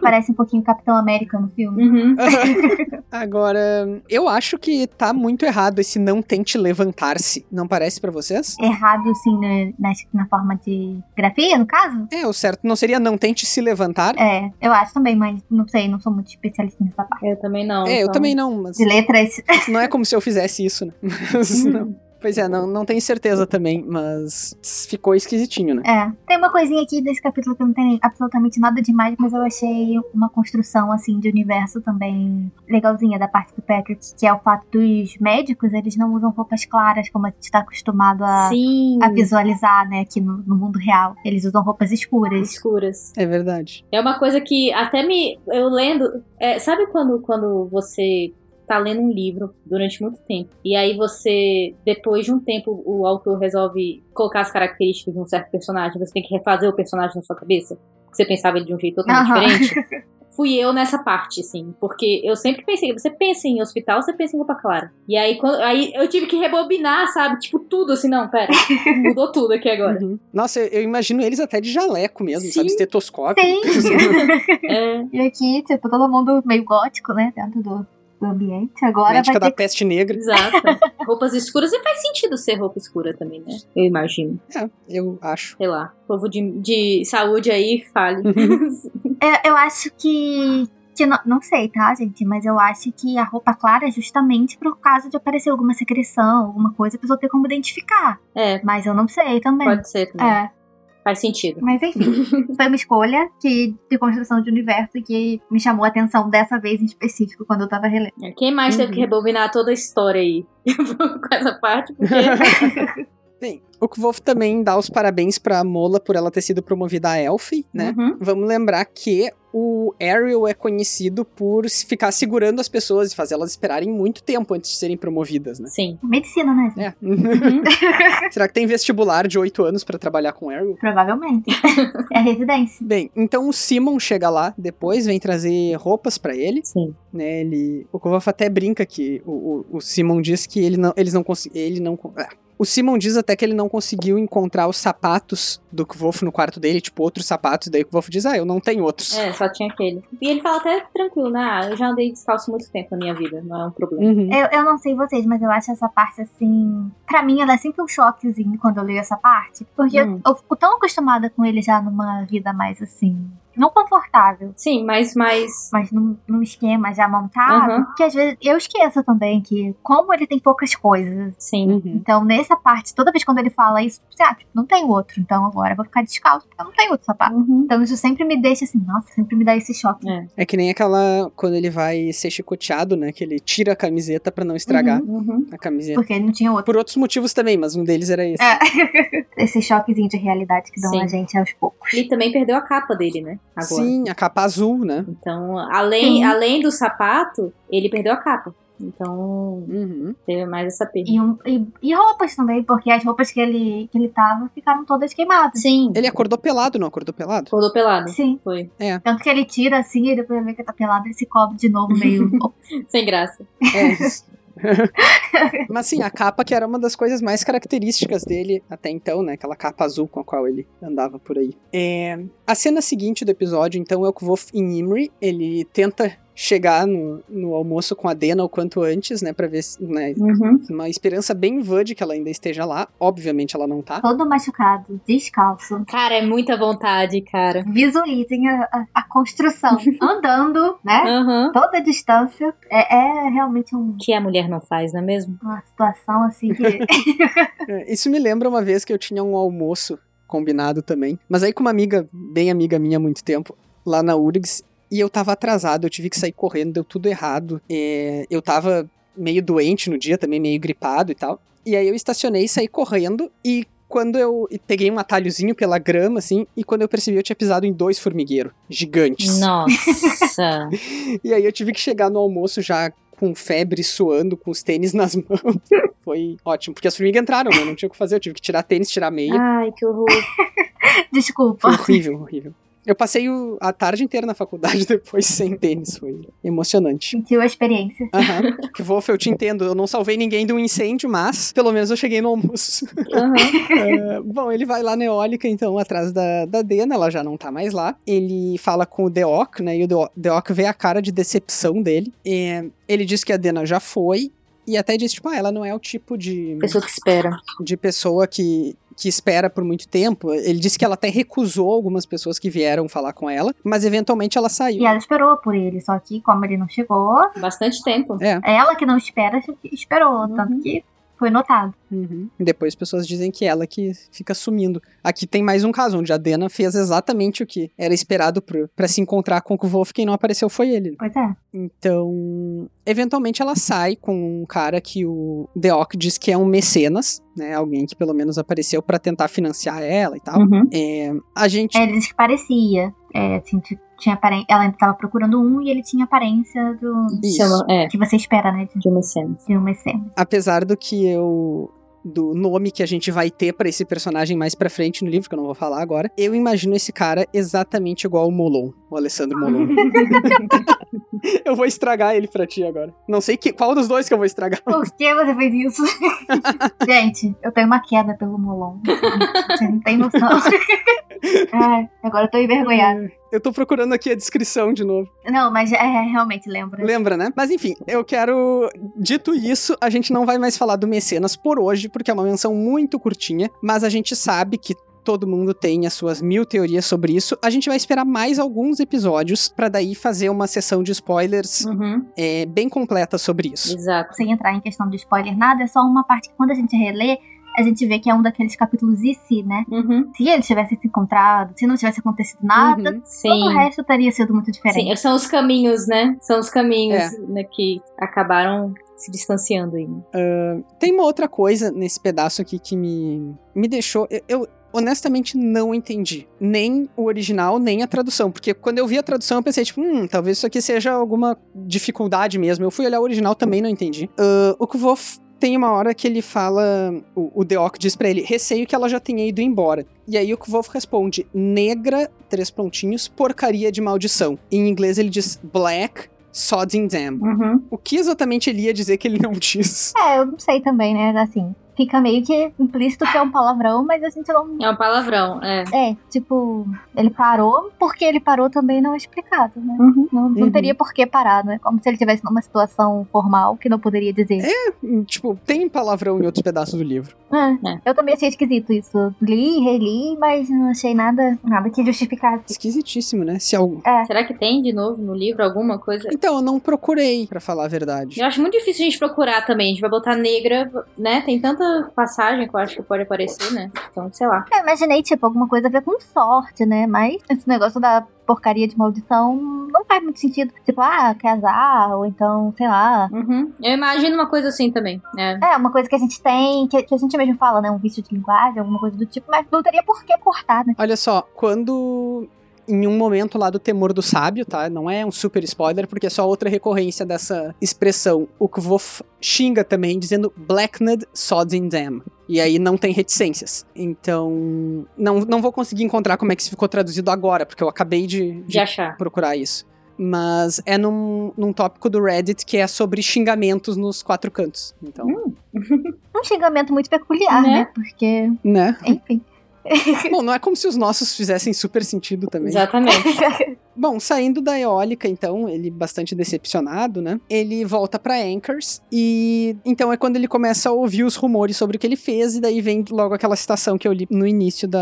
Speaker 3: Parece um pouquinho Capitão América no filme.
Speaker 2: Uhum.
Speaker 1: Agora, eu acho que tá muito errado esse não tente levantar-se. Não parece pra vocês?
Speaker 3: Errado, assim, né, na, na forma de grafia, no caso?
Speaker 1: É, o certo não seria não tente se levantar?
Speaker 3: É, eu acho também, mas não sei, não sou muito especialista nessa parte.
Speaker 2: Eu também não.
Speaker 1: É, eu
Speaker 2: então-
Speaker 1: também não,
Speaker 2: [LAUGHS]
Speaker 1: mas
Speaker 3: De letras. [LAUGHS]
Speaker 1: não é como se eu fizesse isso, né? Mas
Speaker 2: Uhum.
Speaker 1: não. Pois é, não, não tenho certeza também, mas ficou esquisitinho, né?
Speaker 3: É. Tem uma coisinha aqui desse capítulo que não tem absolutamente nada demais, mas eu achei uma construção, assim, de universo também legalzinha da parte do Patrick, que é o fato dos médicos, eles não usam roupas claras, como a gente tá acostumado
Speaker 2: Ah,
Speaker 3: a,
Speaker 2: Sim.
Speaker 3: a visualizar, né, aqui no, no mundo real. Eles usam roupas escuras.
Speaker 2: Escuras.
Speaker 1: É verdade.
Speaker 2: É uma coisa que até me. Eu lendo. é, sabe quando, quando você tá lendo um livro durante muito tempo e aí você, depois de um tempo, o autor resolve colocar as características de um certo personagem, você tem que refazer o personagem na sua cabeça? Porque você pensava ele de um jeito totalmente
Speaker 3: Aham.
Speaker 2: diferente? Fui eu nessa parte, assim, porque eu sempre pensei, você pensa em hospital, você pensa em roupa clara. E aí, quando, aí eu tive que rebobinar, sabe? Tipo, tudo assim, não, pera, mudou tudo aqui
Speaker 1: [LAUGHS]
Speaker 2: agora.
Speaker 1: Uhum. Nossa, eu, eu imagino eles até de jaleco mesmo,
Speaker 2: Sim.
Speaker 1: sabe? Estetoscópio.
Speaker 3: Sim!
Speaker 2: É,
Speaker 3: [LAUGHS] e aqui, tipo, todo mundo meio gótico, né, dentro do, do ambiente. Agora
Speaker 1: Médica
Speaker 3: vai
Speaker 1: da
Speaker 3: ter...
Speaker 1: peste negra.
Speaker 2: Exato. Roupas escuras. E faz sentido ser roupa escura também, né? Eu imagino.
Speaker 1: É, eu acho. [LAUGHS]
Speaker 3: [LAUGHS]
Speaker 2: Sei lá. Povo de, de saúde aí, fale.
Speaker 3: Eu, eu acho que... que não, não sei, tá, gente? Mas eu acho que a roupa clara é justamente pro caso de aparecer alguma secreção, alguma coisa, a pessoa ter como identificar.
Speaker 2: é,
Speaker 3: Mas eu não sei também.
Speaker 2: [LAUGHS] pode ser também.
Speaker 3: É,
Speaker 2: Faz sentido. [LAUGHS]
Speaker 3: mas enfim, foi uma escolha que, de construção de universo que me chamou a atenção dessa vez em específico, quando eu tava relendo.
Speaker 2: É, Quem mais teve
Speaker 1: Uhum.
Speaker 2: que rebobinar toda a história aí [LAUGHS] com essa parte? Porque
Speaker 1: Bem, o Kvolf também dá os parabéns pra Mola por ela ter sido promovida a Elfie, né?
Speaker 2: Uhum.
Speaker 1: Vamos lembrar que o Ariel é conhecido por se ficar segurando as pessoas e fazer elas esperarem muito tempo antes de serem promovidas, né?
Speaker 2: Sim.
Speaker 3: Medicina, né? gente?
Speaker 1: É. [LAUGHS] Será que tem vestibular de 8 anos pra trabalhar com Ariel?
Speaker 3: Provavelmente. é residência.
Speaker 1: Bem, então o Simon chega lá depois, vem trazer roupas pra ele,
Speaker 2: Sim.
Speaker 1: né? Ele, o Kovac até brinca que o, o, o Simon diz que ele não, eles não conseguiram, ele não, con- ah. o Simon diz até que ele não conseguiu encontrar os sapatos do Kvof no quarto dele, tipo outros sapatos, daí o Kvof diz: "Ah, eu não tenho outros".
Speaker 2: É, só tinha aquele. E ele fala até tranquilo, né? Ah, eu já andei descalço muito tempo na minha vida, não é um problema.
Speaker 1: Uhum.
Speaker 3: Eu, eu não sei vocês, mas eu acho essa parte assim. Pra mim, ela é sempre um choquezinho quando eu leio essa parte. Porque
Speaker 2: Hum.
Speaker 3: eu, eu fico tão acostumada com ele já numa vida mais assim. Não confortável.
Speaker 2: Sim, mas, mas
Speaker 3: mas num, num esquema já montado,
Speaker 2: Aham.
Speaker 3: que às vezes eu esqueço também que como ele tem poucas coisas.
Speaker 2: sim.
Speaker 1: Uhum.
Speaker 3: Então, nessa parte, toda vez quando ele fala isso, você, ah, tipo, não tem outro, então agora eu vou ficar descalço, porque eu não tenho outro sapato.
Speaker 2: Uhum.
Speaker 3: Então, isso sempre me deixa assim, nossa, sempre me dá esse choque.
Speaker 2: É.
Speaker 1: É que nem aquela quando ele vai ser chicoteado, né, que ele tira a camiseta pra não estragar
Speaker 2: Uhum.
Speaker 1: a camiseta.
Speaker 3: Porque ele não tinha outro.
Speaker 1: Por outros motivos também, mas um deles era
Speaker 2: É.
Speaker 1: esse.
Speaker 3: Esse choquezinho de realidade que dão
Speaker 2: Sim.
Speaker 3: a gente aos poucos.
Speaker 2: Ele também perdeu a capa dele, né? Agora.
Speaker 1: Sim, a capa azul, né?
Speaker 2: Então, além,
Speaker 3: Sim.
Speaker 2: além do sapato, ele perdeu a capa. Então,
Speaker 1: Uhum.
Speaker 2: teve mais essa perda.
Speaker 3: E, um- e- e roupas também, porque as roupas que ele, que ele tava ficaram todas queimadas.
Speaker 2: Sim.
Speaker 1: Ele acordou pelado, não acordou pelado?
Speaker 2: Acordou pelado.
Speaker 3: Sim.
Speaker 2: Foi. [LAUGHS]
Speaker 3: Tanto que ele tira assim e depois ele vê que tá pelado, ele se cobre de novo, meio.
Speaker 2: Sem graça.
Speaker 1: É isso. [LAUGHS] Mas sim, a capa que era uma das coisas mais características dele até então, né? Aquela capa azul com a qual ele andava por aí. É, A cena seguinte do episódio, então, é o Kvof em Imri. Ele tenta chegar no, no almoço com a Dena o quanto antes, né? Pra ver se. Né,
Speaker 2: Uhum.
Speaker 1: uma esperança bem vã de que ela ainda esteja lá. Obviamente ela não tá.
Speaker 3: Todo machucado, descalço.
Speaker 2: Cara, é muita vontade, cara.
Speaker 3: Visualizem a, a- a construção. Andando,
Speaker 2: É?
Speaker 3: né?
Speaker 2: Aham.
Speaker 3: Toda a distância. É, é realmente um-
Speaker 2: Que a mulher não faz, não é mesmo?
Speaker 3: uma situação assim que.
Speaker 1: É, Isso me lembra uma vez que eu tinha um almoço combinado também, mas aí com uma amiga, bem amiga minha há muito tempo, lá na URGS, e eu tava atrasado, eu tive que sair correndo, deu tudo errado. É, eu tava meio doente no dia também, meio gripado e tal. E aí eu estacionei, saí correndo e quando eu e peguei um atalhozinho pela grama assim, e quando eu percebi eu tinha pisado em dois formigueiros gigantes.
Speaker 2: Nossa.
Speaker 1: E aí eu tive que chegar no almoço já com febre, suando, com os tênis nas [LAUGHS] mãos. Foi ótimo, porque as formigas entraram, né? Não tinha o que fazer, eu tive que tirar tênis, tirar meia.
Speaker 2: [LAUGHS] Ai, que horror.
Speaker 3: Desculpa.
Speaker 1: Foi horrível, horrível. Eu passei o- a tarde inteira na faculdade [LAUGHS] depois sem tênis, foi emocionante.
Speaker 3: Sentiu a experiência.
Speaker 1: Aham. Wolf, eu te entendo, eu não salvei ninguém de um incêndio, mas pelo menos eu cheguei no almoço.
Speaker 2: Aham.
Speaker 1: É, bom, ele vai lá na Eólica, então, atrás da, da Dena, ela já não tá mais lá. Ele fala com o Deok, né? E o Deo- Deok vê a cara de decepção dele. É, ele diz que a Dena já foi. E até diz, tipo, ah, ela não é o tipo de,
Speaker 2: Pessoa que espera.
Speaker 1: de pessoa que, que espera por muito tempo. Ele disse que ela até recusou algumas pessoas que vieram falar com ela, mas eventualmente ela saiu.
Speaker 3: E ela esperou por ele, só que como ele não chegou,
Speaker 2: Bastante tempo.
Speaker 1: É.
Speaker 3: ela que não espera, esperou. Tanto que foi notado.
Speaker 1: Uhum. Depois as pessoas dizem que ela que fica sumindo. Aqui tem mais um caso onde a Dena fez exatamente o que era esperado pro- pra se encontrar com o Wolf, quem não apareceu foi ele.
Speaker 3: Pois é.
Speaker 1: Então, eventualmente ela sai com um cara que o Deok diz que é um mecenas, né? Alguém que pelo menos apareceu pra tentar financiar ela e tal.
Speaker 2: Uhum.
Speaker 1: É, a gente.
Speaker 3: É, Ele disse que parecia. É, assim, t- tinha aparen- Ela ainda tava procurando um e ele tinha a aparência do.
Speaker 1: Isso.
Speaker 2: É,
Speaker 3: Que você espera, né? De,
Speaker 2: de uma cena.
Speaker 3: de uma cena.
Speaker 1: Apesar do que eu. Do nome que a gente vai ter pra esse personagem mais pra frente no livro, que eu não vou falar agora, eu imagino esse cara exatamente igual o Molon, o Alessandro
Speaker 2: [LAUGHS]
Speaker 1: Molon. eu vou estragar ele pra ti agora. Não sei que- qual dos dois que eu vou estragar.
Speaker 3: [LAUGHS] Por que você fez isso? [LAUGHS] Gente, eu tenho uma queda pelo Molon. Você não tem [LAUGHS] noção. Ai, agora eu tô envergonhada.
Speaker 1: Eu tô procurando aqui a descrição de novo.
Speaker 3: Não, mas é, realmente lembra.
Speaker 1: Lembra, né? Mas enfim, eu quero. Dito isso, a gente não vai mais falar do Mecenas por hoje, porque é uma menção muito curtinha, mas a gente sabe que. Todo mundo tem as suas mil teorias sobre isso. A gente vai esperar mais alguns episódios pra daí fazer uma sessão de spoilers
Speaker 2: Uhum.
Speaker 1: é, bem completa sobre isso.
Speaker 2: Exato.
Speaker 3: sem entrar em questão de spoiler, nada, é só uma parte que quando a gente relê, a gente vê que é um daqueles capítulos e se, né?
Speaker 2: Uhum.
Speaker 3: Se eles tivessem se encontrado, se não tivesse acontecido nada,
Speaker 1: Uhum.
Speaker 2: Sim.
Speaker 3: todo o resto teria sido muito diferente.
Speaker 2: Sim, são os caminhos, né? São os caminhos né, que acabaram se distanciando aí.
Speaker 1: Tem uma outra coisa nesse pedaço aqui que me, me deixou. Eu, eu honestamente não entendi. Nem o original, nem a tradução. Porque quando eu vi a tradução, eu pensei, tipo, hum, talvez isso aqui seja alguma dificuldade mesmo. Eu fui olhar o original, também não entendi. Ah, o Kvof tem uma hora que ele fala. O, o Deok diz pra ele: receio que ela já tenha ido embora. E aí o Kvof responde: negra, três pontinhos, porcaria de maldição. Em inglês ele diz black, sodding damn.
Speaker 2: Uhum.
Speaker 1: O que exatamente ele ia dizer que ele não [LAUGHS] diz?
Speaker 3: É, eu não sei também, né? Assim, fica meio que implícito que é um palavrão, mas a gente não.
Speaker 2: É um palavrão, é.
Speaker 3: É, tipo, ele parou, porque ele parou também não é explicado, né?
Speaker 2: Uhum.
Speaker 3: Não, não
Speaker 1: Uhum.
Speaker 3: teria por que parar, né? Como se ele estivesse numa situação formal que não poderia dizer.
Speaker 1: Tipo, tem palavrão em outros pedaços do livro.
Speaker 3: É. Eu também achei esquisito isso. Li, reli, mas não achei nada, nada que justificasse.
Speaker 1: Esquisitíssimo, né? Se algum...
Speaker 2: Será que tem de novo no livro alguma coisa?
Speaker 1: Então, eu não procurei, pra falar a verdade.
Speaker 2: Eu acho muito difícil a gente procurar também. A gente vai botar negra, né? Tem tanta passagem que eu acho que pode aparecer, né? Então, sei lá.
Speaker 3: Eu imaginei, tipo, alguma coisa a ver com sorte, né? Mas esse negócio da porcaria de maldição não faz muito sentido. Tipo, ah, casar, ou então, sei lá.
Speaker 2: Uhum. Eu imagino uma coisa assim também. É.
Speaker 3: É, uma coisa que a gente tem, que, que a gente mesmo fala, né? Um vício de linguagem, alguma coisa do tipo, mas não teria por que cortar, né?
Speaker 1: Olha só, quando. Em um momento lá do Temor do Sábio, tá? Não é um super spoiler, porque é só outra recorrência dessa expressão. O Kvof xinga também, dizendo Blackned Sodden Dam. E aí não tem reticências. Então. Não, não vou conseguir encontrar como é que isso ficou traduzido agora, porque eu acabei de- de
Speaker 2: De achar.
Speaker 1: procurar isso. Mas é num, num tópico do Reddit que é sobre xingamentos nos quatro cantos. Então,
Speaker 2: Hum.
Speaker 3: Um xingamento muito peculiar,
Speaker 2: Né?
Speaker 3: [LAUGHS] né? Porque,
Speaker 1: né?
Speaker 3: enfim.
Speaker 1: Bom, não é como se os nossos fizessem super sentido também.
Speaker 2: Exatamente.
Speaker 1: Bom, saindo da eólica, então, ele bastante decepcionado, né? Ele volta pra Anchors e então é quando ele começa a ouvir os rumores sobre o que ele fez e daí vem logo aquela citação que eu li no início da,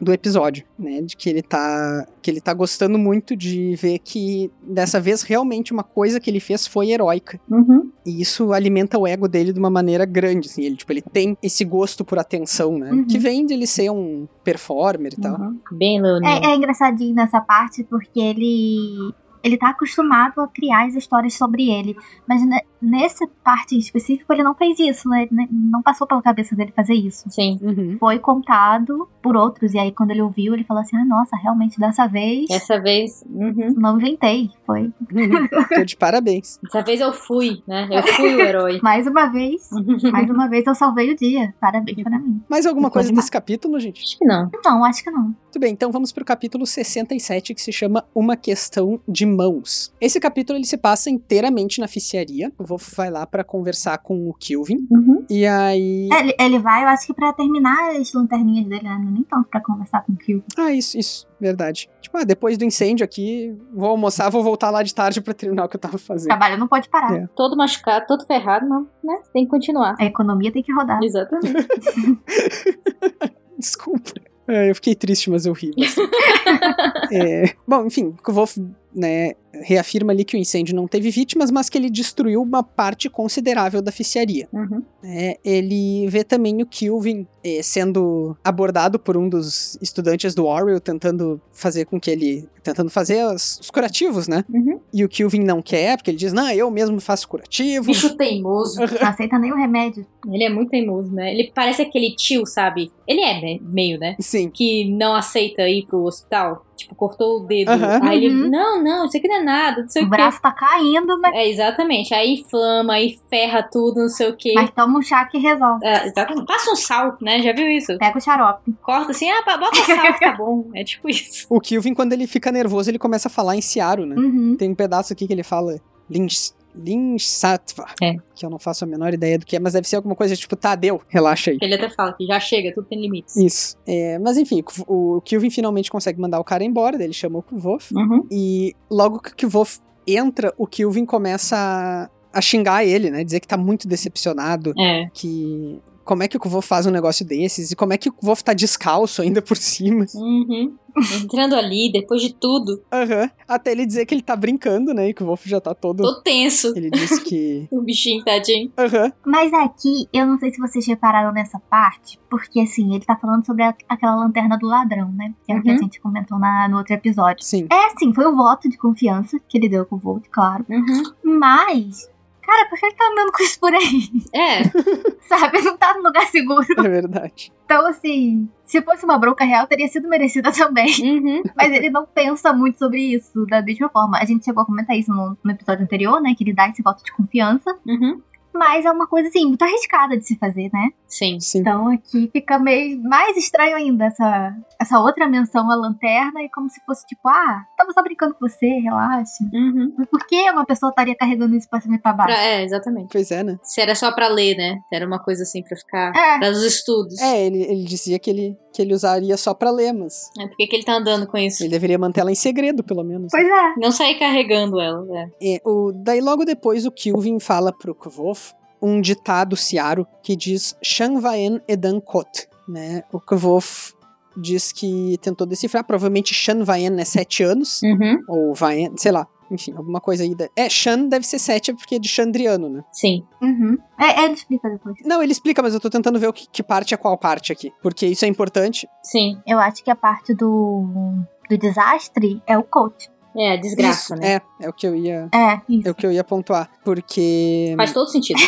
Speaker 1: do episódio, né? De que ele tá que ele tá gostando muito de ver que dessa vez realmente uma coisa que ele fez foi heróica.
Speaker 2: [LAUGHS] Uhum.
Speaker 1: E isso alimenta o ego dele de uma maneira grande, assim. Ele, tipo, ele tem esse gosto por atenção, né?
Speaker 3: Uhum.
Speaker 1: Que vem de ele ser um performer e tal.
Speaker 2: Uhum. Bem, Leonel.
Speaker 3: É, é engraçadinho nessa parte porque ele ele tá acostumado a criar as histórias sobre ele, mas ne- nessa parte em específico ele não fez isso, né? Ele ne- não passou pela cabeça dele fazer isso.
Speaker 2: Sim.
Speaker 1: Uhum.
Speaker 3: Foi contado por outros e aí quando ele ouviu ele falou assim, ah, nossa, realmente dessa vez
Speaker 2: Dessa vez. uhum.
Speaker 3: não inventei, foi
Speaker 1: Uhum. [LAUGHS] Tô de parabéns.
Speaker 2: Dessa vez eu fui, né? Eu fui o herói.
Speaker 3: mais uma vez, mais uma vez eu salvei o dia, parabéns pra mim.
Speaker 1: Mais alguma
Speaker 3: Não
Speaker 1: coisa
Speaker 3: pode
Speaker 1: desse capítulo, gente?
Speaker 2: Acho que não.
Speaker 3: Não, acho que não.
Speaker 1: Muito bem, então vamos para o capítulo 67, que se chama Uma Questão de Mãos. Esse capítulo ele se passa inteiramente na ficiaria. O Wolf vai lá para conversar com o Kilvin.
Speaker 2: Uhum.
Speaker 1: E aí.
Speaker 3: Ele, ele vai, eu acho que pra terminar as lanterninhas dele, né? nem tanto pra conversar com o Kill.
Speaker 2: É.
Speaker 1: Ah, isso, isso, verdade. Tipo, ah, depois do incêndio aqui, vou almoçar, vou voltar lá de tarde para terminar o que eu tava
Speaker 3: O
Speaker 1: fazendo.
Speaker 3: trabalho não pode parar.
Speaker 1: É.
Speaker 2: Todo machucado, todo ferrado, não, né? Tem que continuar.
Speaker 3: A economia tem
Speaker 2: [LAUGHS]
Speaker 3: que rodar.
Speaker 2: Exatamente.
Speaker 1: [LAUGHS] Desculpa. É, eu fiquei triste, mas eu ri. bastante. É, bom, enfim, o Wolf, né, reafirma ali que o incêndio não teve vítimas, mas que ele destruiu uma parte considerável da ficiaria.
Speaker 2: Uhum.
Speaker 1: né, ele vê também o Kilvin eh, sendo abordado por um dos estudantes do Orwell, tentando fazer com que ele. tentando fazer as- os curativos, né?
Speaker 2: Uhum.
Speaker 1: E o Kilvin não quer, porque ele diz: não, eu mesmo faço curativo.
Speaker 2: Bicho teimoso.
Speaker 3: Não aceita nem o remédio.
Speaker 2: Ele é muito teimoso, né? Ele parece aquele tio, sabe? Ele é me- meio, né?
Speaker 1: Sim.
Speaker 2: Que não aceita ir pro hospital. Tipo, cortou o dedo.
Speaker 1: Aham.
Speaker 2: Aí ele,
Speaker 3: Uhum.
Speaker 2: não, não, isso aqui não é nada, não sei
Speaker 3: O
Speaker 2: o quê.
Speaker 3: braço tá caindo, mas,
Speaker 2: É, exatamente. Aí inflama, aí ferra tudo, não sei o quê.
Speaker 3: mas toma um chá que resolve.
Speaker 2: É, exatamente. Passa um sal, né? Já viu isso?
Speaker 3: Pega o xarope.
Speaker 2: Corta assim, ah, pá, bota sal, que tá bom. É tipo isso.
Speaker 1: O Kilvin, quando ele fica nervoso, ele começa a falar em Ciaro,
Speaker 2: É.
Speaker 1: né?
Speaker 3: Uhum.
Speaker 1: Tem um pedaço aqui que ele fala. Lynch. Lynch Sattva.
Speaker 2: É.
Speaker 1: Que eu não faço a menor ideia do que é, mas deve ser alguma coisa tipo, tá, deu, relaxa aí.
Speaker 2: Ele até fala que já chega, tudo tem limites.
Speaker 1: Isso. É, mas enfim, o o Kilvin finalmente consegue mandar o cara embora, daí ele chama o Wolf.
Speaker 2: Uhum.
Speaker 1: E logo que o Kvolf entra, o Kilvin começa a, a xingar ele, né? Dizer que tá muito decepcionado,
Speaker 2: É.
Speaker 1: que como é que o Kvolf faz um negócio desses, e como é que o Kvolf tá descalço ainda por cima. [LAUGHS]
Speaker 2: Uhum. Entrando ali, depois de tudo,
Speaker 1: Aham. Até ele dizer que ele tá brincando, né? E que o Wolf já tá todo...
Speaker 2: tô tenso.
Speaker 1: Ele diz que...
Speaker 2: O bichinho, tadinho.
Speaker 1: [LAUGHS] Aham.
Speaker 3: Mas aqui, eu não sei se vocês repararam nessa parte, porque assim, ele tá falando sobre a- aquela lanterna do ladrão, né? Que é o que a
Speaker 2: Uhum.
Speaker 3: gente comentou na, no outro episódio.
Speaker 1: Sim.
Speaker 3: É assim, foi o voto de confiança que ele deu com o Volt, claro.
Speaker 2: Uhum.
Speaker 3: Mas, cara, por que ele tá andando com isso por aí? [LAUGHS]
Speaker 2: É.
Speaker 3: Sabe? Não tá num lugar seguro.
Speaker 1: [LAUGHS] É verdade.
Speaker 3: Então, assim, se fosse uma bronca real, teria sido merecida [LAUGHS] também.
Speaker 2: Uhum.
Speaker 3: Mas ele não pensa muito sobre isso da mesma forma. A gente chegou a comentar isso no, no episódio anterior, né? Que ele dá esse voto de confiança.
Speaker 2: Uhum.
Speaker 3: Mas é uma coisa, assim, muito arriscada de se fazer, né?
Speaker 2: Sim.
Speaker 1: Sim.
Speaker 3: Então aqui fica meio mais estranho ainda essa, essa outra menção à lanterna. E como se fosse tipo, ah, tava só brincando com você, relaxa.
Speaker 2: Uhum.
Speaker 3: Mas por que uma pessoa estaria carregando isso pra cima e pra baixo?
Speaker 2: Pra- é, exatamente.
Speaker 1: Pois é, né?
Speaker 2: Se era só pra ler, né? Era uma coisa assim pra ficar.
Speaker 3: É.
Speaker 2: Para os estudos.
Speaker 1: É, ele, ele dizia que ele, que ele usaria só pra ler, mas
Speaker 2: É, Por que, que ele tá andando com isso?
Speaker 1: ele deveria manter ela em segredo, pelo menos.
Speaker 3: Pois é.
Speaker 2: Não sair carregando ela. É.
Speaker 1: É, o- daí logo depois o Kilvin fala pro Kvof um ditado ciaro que diz Shanvaen Edan Kot, né? O Kvof diz que tentou decifrar, provavelmente Shanvaen é sete anos,
Speaker 2: Uhum.
Speaker 1: ou Vaen, sei lá, enfim, alguma coisa aí. da- É, Shan deve ser sete porque é de Chandriano, né?
Speaker 2: Sim.
Speaker 3: Uhum. É, ele explica depois.
Speaker 1: Não, ele explica, mas eu tô tentando ver o que, que parte é qual parte aqui, porque isso é importante.
Speaker 2: Sim.
Speaker 3: Eu acho que a parte do, do desastre é o coach.
Speaker 2: É, desgraça,
Speaker 1: Isso,
Speaker 2: né?
Speaker 1: É, é o que eu ia...
Speaker 3: É, isso.
Speaker 1: É o que eu ia pontuar, porque...
Speaker 2: Faz todo sentido.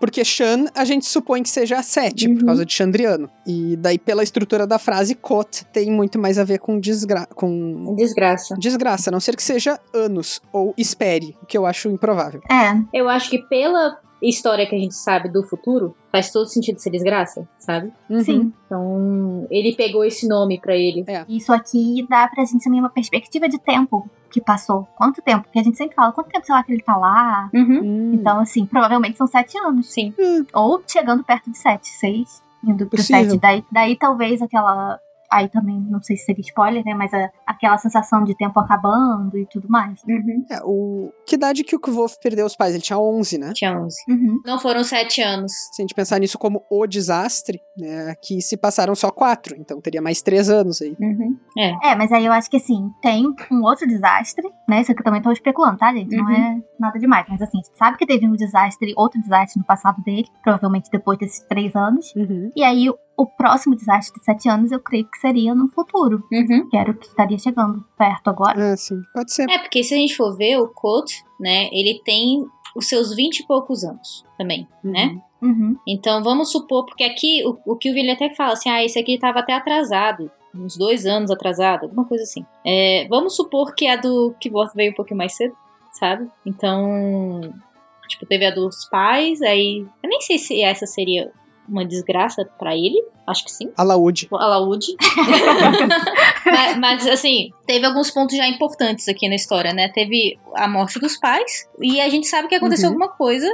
Speaker 1: Porque Shan, a gente supõe que seja 7, por
Speaker 2: Uhum.
Speaker 1: causa de Chandriano. E daí, pela estrutura da frase, Kot tem muito mais a ver com, desgra com
Speaker 2: [LAUGHS] Desgraça.
Speaker 1: desgraça, a não ser que seja anos ou espere, o que eu acho improvável.
Speaker 3: É,
Speaker 2: Eu acho que pela história que a gente sabe do futuro, faz todo sentido ser desgraça, sabe?
Speaker 1: Uhum.
Speaker 3: sim.
Speaker 2: Então, ele pegou esse nome pra ele.
Speaker 3: Isso aqui dá pra gente também uma perspectiva de tempo que passou. Quanto tempo? Porque a gente sempre fala, quanto tempo sei lá que ele tá lá?
Speaker 2: Uhum.
Speaker 1: Hum,
Speaker 3: Então, assim, provavelmente são sete anos.
Speaker 2: Sim.
Speaker 3: Ou chegando perto de sete, seis, indo pro
Speaker 1: Possível.
Speaker 3: sete. Daí, daí talvez aquela Aí também, não sei se seria spoiler, né? Mas a- aquela sensação de tempo acabando e tudo mais.
Speaker 2: Uhum.
Speaker 1: É, o... Que idade que o Kvolf perdeu os pais? Ele tinha 11, né?
Speaker 2: Tinha 11.
Speaker 3: Uhum.
Speaker 2: Não foram sete anos.
Speaker 1: Se a gente pensar nisso como o desastre, né? Que se passaram só quatro, então teria mais três anos aí.
Speaker 2: Uhum. É.
Speaker 3: É, mas aí eu acho que assim, tem um outro desastre, né? Isso aqui eu também tô especulando, tá, gente? Não
Speaker 2: Uhum.
Speaker 3: é nada demais. Mas assim, a gente sabe que teve um desastre, outro desastre no passado dele, provavelmente depois desses três anos.
Speaker 2: Uhum.
Speaker 3: E aí, o próximo desastre de sete anos, eu creio que seria no futuro.
Speaker 2: Uhum.
Speaker 3: Que era o que estaria chegando perto agora.
Speaker 1: Ah, sim. Pode ser.
Speaker 2: É, porque se a gente for ver, o Colt, né, ele tem os seus vinte e poucos anos também, né?
Speaker 3: Uhum.
Speaker 2: Então vamos supor, porque aqui o, o que o Vili até fala assim, ah, esse aqui estava até atrasado, uns dois anos atrasado, alguma coisa assim. É, vamos supor que a do Kiboth veio um pouquinho mais cedo, sabe? Então, tipo, teve a dos pais, aí. Eu nem sei se essa seria uma desgraça pra ele, acho que sim.
Speaker 1: Alaúde.
Speaker 2: A
Speaker 1: [LAUGHS]
Speaker 2: Laúde. mas, mas, assim, teve alguns pontos já importantes aqui na história, né? Teve a morte dos pais, e a gente sabe que aconteceu
Speaker 1: Uhum.
Speaker 2: alguma coisa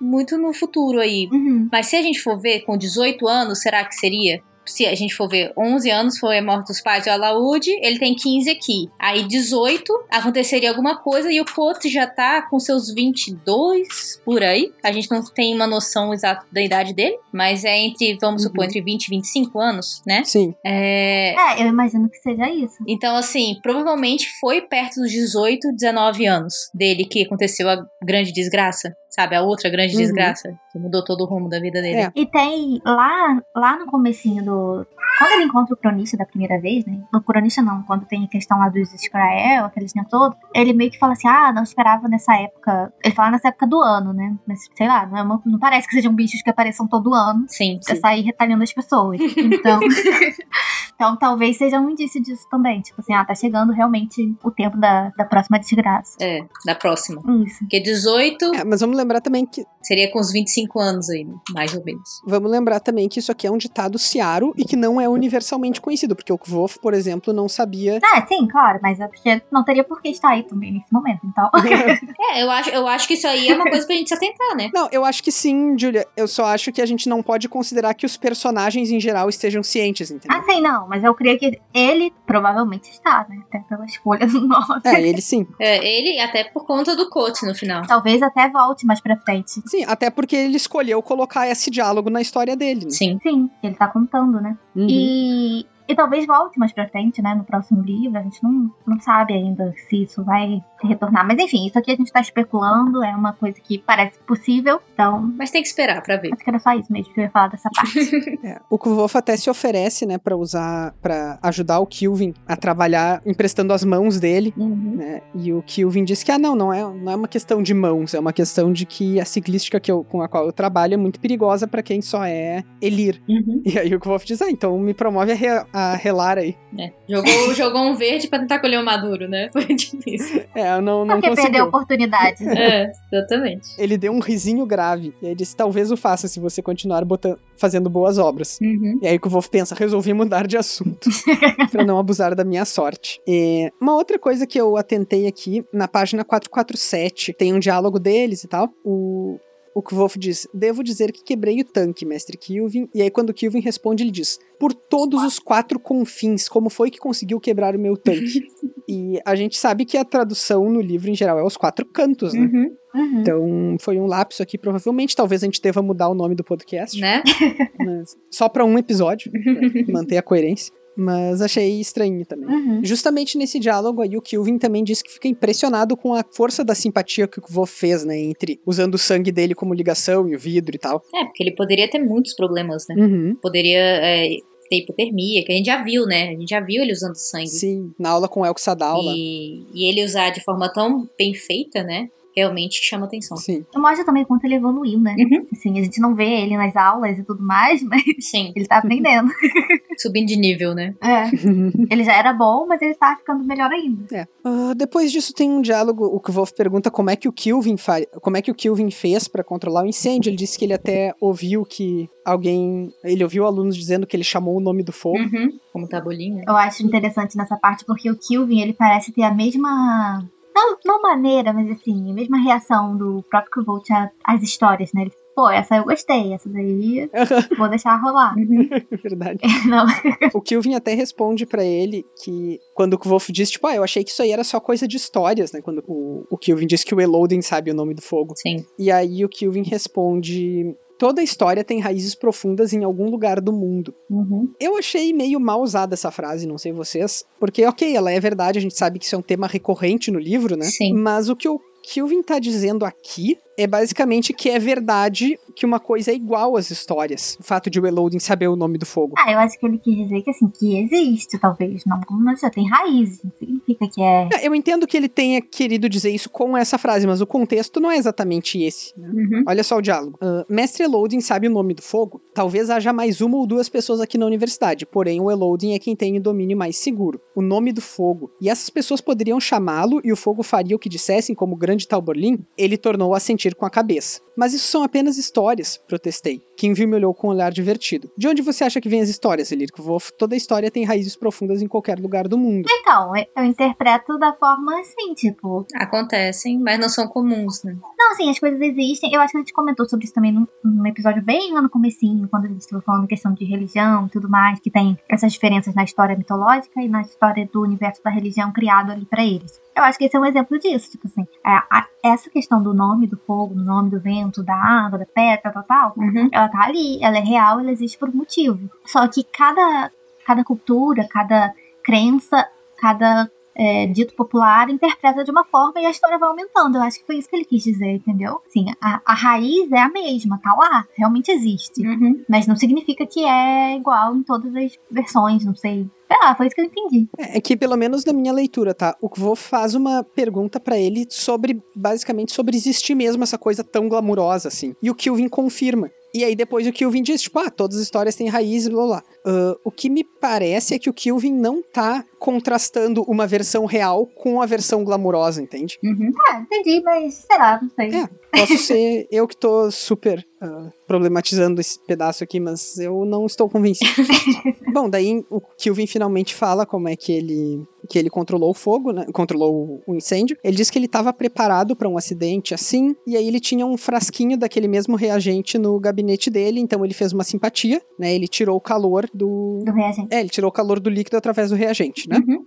Speaker 2: muito no futuro aí,
Speaker 3: Uhum.
Speaker 2: mas se a gente for ver com 18 anos, será que seria? Se a gente for ver 11 anos, foi a morte dos pais e o Alaúde, ele tem 15 aqui. Aí 18, aconteceria alguma coisa e o Cote já tá com seus 22 por aí. A gente não tem uma noção exata da idade dele, mas é entre, vamos supor,
Speaker 1: Uhum.
Speaker 2: entre 20 e 25 anos, né?
Speaker 1: Sim.
Speaker 2: É,
Speaker 3: É, eu imagino que seja isso.
Speaker 2: então, assim, provavelmente foi perto dos 18, 19 anos dele que aconteceu a grande desgraça, sabe? A outra grande
Speaker 1: Uhum.
Speaker 2: desgraça que mudou todo o rumo da vida dele.
Speaker 1: É.
Speaker 3: E tem lá, lá no comecinho do. Quando ele encontra o cronista da primeira vez, né? O cronista não, quando tem a questão lá dos Israel, aquele tempo todo, ele meio que fala assim, ah, não esperava nessa época. Ele fala nessa época do ano, né? Mas sei lá, não, é uma- não parece que sejam bichos que apareçam todo ano.
Speaker 2: Sim,
Speaker 3: Pra sair retalhando as pessoas. Então. então talvez seja um indício disso também. Tipo assim, ah, tá chegando realmente o tempo da, da próxima desgraça.
Speaker 2: É, da próxima.
Speaker 3: Isso.
Speaker 2: Porque 18
Speaker 1: É, mas vamos lembrar também que
Speaker 2: seria com uns 25 anos aí, mais ou menos.
Speaker 1: vamos lembrar também que isso aqui é um ditado ciaro e que não é universalmente conhecido, porque o Kvolf, por exemplo, não
Speaker 3: [LAUGHS]
Speaker 1: sabia.
Speaker 3: Ah, sim, claro, mas é porque não teria por que estar aí também nesse momento. Então.
Speaker 2: É, eu acho, eu acho que isso aí é uma coisa pra gente se atentar, né?
Speaker 1: Não, eu acho que sim, Julia. Eu só acho que a gente não pode considerar que os personagens em geral estejam cientes, entendeu?
Speaker 3: Ah, sei não, mas eu creio que ele provavelmente está, né? Até pela escolha [LAUGHS] do nome.
Speaker 1: É, ele sim.
Speaker 2: É, ele até por conta do coach no final.
Speaker 3: Talvez até volte mais pra frente.
Speaker 1: Sim, até porque ele escolheu colocar esse diálogo na história dele. Né?
Speaker 2: Sim.
Speaker 3: Sim, ele tá contando, né?
Speaker 1: Uhum.
Speaker 3: E, e talvez volte mais pra frente, né? No próximo livro. A gente não, não sabe ainda se isso vai retornar. Mas enfim, isso aqui a gente tá especulando. É uma coisa que parece possível. Então,
Speaker 2: Mas tem que esperar pra ver.
Speaker 3: acho que era só isso mesmo que eu ia falar dessa parte.
Speaker 1: É, O Kvolf até se oferece, né, para usar, para ajudar o Kilvin a trabalhar emprestando as mãos dele, né? E o Kilvin diz que ah, não, não é, não é uma questão de mãos, é uma questão de que a ciclística que eu, com a qual eu trabalho é muito perigosa para quem só é Elir. [LAUGHS]
Speaker 2: Uhum.
Speaker 1: E aí o Kvolf diz: "Ah, então me promove a, re- a relar aí".
Speaker 2: É. Jogou, jogou um verde pra tentar colher o maduro, né? Foi
Speaker 1: [LAUGHS]
Speaker 2: difícil.
Speaker 1: É, eu não não
Speaker 3: Porque perdeu a
Speaker 1: conseguiu.
Speaker 3: oportunidade.
Speaker 2: É, exatamente.
Speaker 1: Ele deu um risinho grave e aí disse: "Talvez o faça se você continuar botando, fazendo boas obras".
Speaker 2: Uhum.
Speaker 1: E aí que o Wolf pensa, resolvi mudar de assunto [LAUGHS] pra não abusar da minha sorte. É, uma outra coisa que eu atentei aqui, na página 447, tem um diálogo deles e tal. O o Kvolf diz: Devo dizer que quebrei o tanque, mestre Kilvin. E aí, quando o Kilvin responde, ele diz: Por todos os quatro confins, como foi que conseguiu quebrar o meu tanque? e a gente sabe que a tradução no livro, em geral, é os quatro cantos, né?
Speaker 2: Uhum.
Speaker 3: Uhum.
Speaker 1: Então, foi um lapso aqui, provavelmente. Talvez a gente deva mudar o nome do podcast.
Speaker 2: Né?
Speaker 1: Mas só pra um episódio, pra manter a coerência. Mas achei estranho também.
Speaker 3: Uhum.
Speaker 1: Justamente nesse diálogo aí, o Kilvin também disse que fica impressionado com a força da simpatia que o Vô fez, né? Entre usando o sangue dele como ligação e o vidro e tal.
Speaker 2: É, porque ele poderia ter muitos problemas, né?
Speaker 1: Uhum.
Speaker 2: Poderia é, ter hipotermia, que a gente já viu, né? A gente já viu ele usando sangue.
Speaker 1: Sim, na aula com o Elk Sadal lá.
Speaker 2: E, e ele usar de forma tão bem feita, né? Realmente chama atenção.
Speaker 1: Sim.
Speaker 3: Eu mostro também o quanto ele evoluiu, né?
Speaker 2: Uhum.
Speaker 3: Assim, a gente não vê ele nas aulas e tudo mais, [LAUGHS] mas
Speaker 2: Sim,
Speaker 3: ele tá aprendendo.
Speaker 2: subindo de nível, né?
Speaker 3: É. Ele já era bom, mas ele tá ficando melhor ainda.
Speaker 1: É. Ah, depois disso tem um diálogo, o Kvolf pergunta como é que o Kilvin fa- como é que o Kilvin fez pra controlar o incêndio. Ele disse que ele até ouviu que alguém, ele ouviu alunos dizendo que ele chamou o nome do fogo.
Speaker 2: Uhum. Como tabulinho, né?
Speaker 3: Eu acho interessante nessa parte porque o Kilvin, ele parece ter a mesma. Não, não maneira, mas assim, a mesma reação do próprio Volt às histórias, né? Ele Pô, essa eu gostei, essa daí vou deixar rolar.
Speaker 1: É Verdade.
Speaker 3: Não.
Speaker 1: O Kilvin até responde pra ele que quando o Kvolf diz, tipo, ah, eu achei que isso aí era só coisa de histórias, né? Quando o, o Kilvin diz que o Elodin sabe o nome do fogo.
Speaker 2: Sim.
Speaker 1: E aí o Kilvin responde. Toda história tem raízes profundas em algum lugar do mundo.
Speaker 2: Uhum.
Speaker 1: Eu achei meio mal usada essa frase, não sei vocês, porque, ok, ela é verdade, a gente sabe que isso é um tema recorrente no livro, né?
Speaker 2: Sim.
Speaker 1: Mas o que o Kilvin tá dizendo aqui é basicamente que é verdade que uma coisa é igual às histórias. O fato de o Elodin saber o nome do fogo.
Speaker 3: Ah, eu acho que ele quis dizer que assim, que existe, talvez. Não, mas já tem raiz. Não significa que é.
Speaker 1: É, Eu entendo que ele tenha querido dizer isso com essa frase, mas o contexto não é exatamente esse.
Speaker 2: Uhum.
Speaker 1: Olha só o diálogo. Ah, Mestre Elodin sabe o nome do fogo? Talvez haja mais uma ou duas pessoas aqui na universidade, porém o Elodin é quem tem o domínio mais seguro. O nome do fogo. E essas pessoas poderiam chamá-lo e o fogo faria o que dissessem como grande Talborlin? Ele tornou a sentir com a cabeça. Mas isso são apenas histórias, protestei. Kinville me olhou com um olhar divertido. De onde você acha que vêm as histórias, Elirko Wolf? Toda história tem raízes profundas em qualquer lugar do mundo.
Speaker 3: Então, eu- eu interpreto da forma assim, tipo.
Speaker 2: Acontecem, mas não são comuns, né?
Speaker 3: Não, assim, as coisas existem. Eu acho que a gente comentou sobre isso também num, num episódio bem lá no comecinho, quando a gente estava falando questão de religião e tudo mais, que tem essas diferenças na história mitológica e na história do universo da religião criado ali pra eles. Eu acho que esse é um exemplo disso, tipo assim, a- a- essa questão do nome do fogo, do nome do vento, da água, da pedra, tal, tal,
Speaker 2: Uhum.
Speaker 3: ela tá ali, ela é real, ela existe por um motivo. Só que cada, cada cultura, cada crença, cada é, dito popular interpreta de uma forma e a história vai aumentando. Eu acho que foi isso que ele quis dizer, entendeu? Sim, a, a raiz é a mesma, tá lá, realmente existe.
Speaker 2: Uhum.
Speaker 3: Mas não significa que é igual em todas as versões, não sei. Sei lá, foi isso que eu entendi.
Speaker 1: É é que, pelo menos na minha leitura, tá? O Kvo faz uma pergunta pra ele sobre, basicamente, sobre existir mesmo essa coisa tão glamurosa, assim. E o Kilvin confirma. E aí depois o Kilvin diz, tipo, ah, todas as histórias têm raiz, blá blá. Ah, o que me parece é que o Kilvin não tá contrastando uma versão real com a versão glamurosa, entende?
Speaker 2: Uhum.
Speaker 3: Ah, entendi, mas sei lá, não sei.
Speaker 1: É. Posso ser eu que tô super ah, problematizando esse pedaço aqui, mas eu não estou convencido. Bom, daí o Kilvin finalmente fala como é que ele que ele controlou o fogo, né? Controlou o o incêndio. Ele diz que ele estava preparado para um acidente assim, e aí ele tinha um frasquinho daquele mesmo reagente no gabinete dele, então ele fez uma simpatia, né? Ele tirou o calor do
Speaker 3: Do reagente.
Speaker 1: É, ele tirou o calor do líquido através do reagente, né?
Speaker 2: Uhum.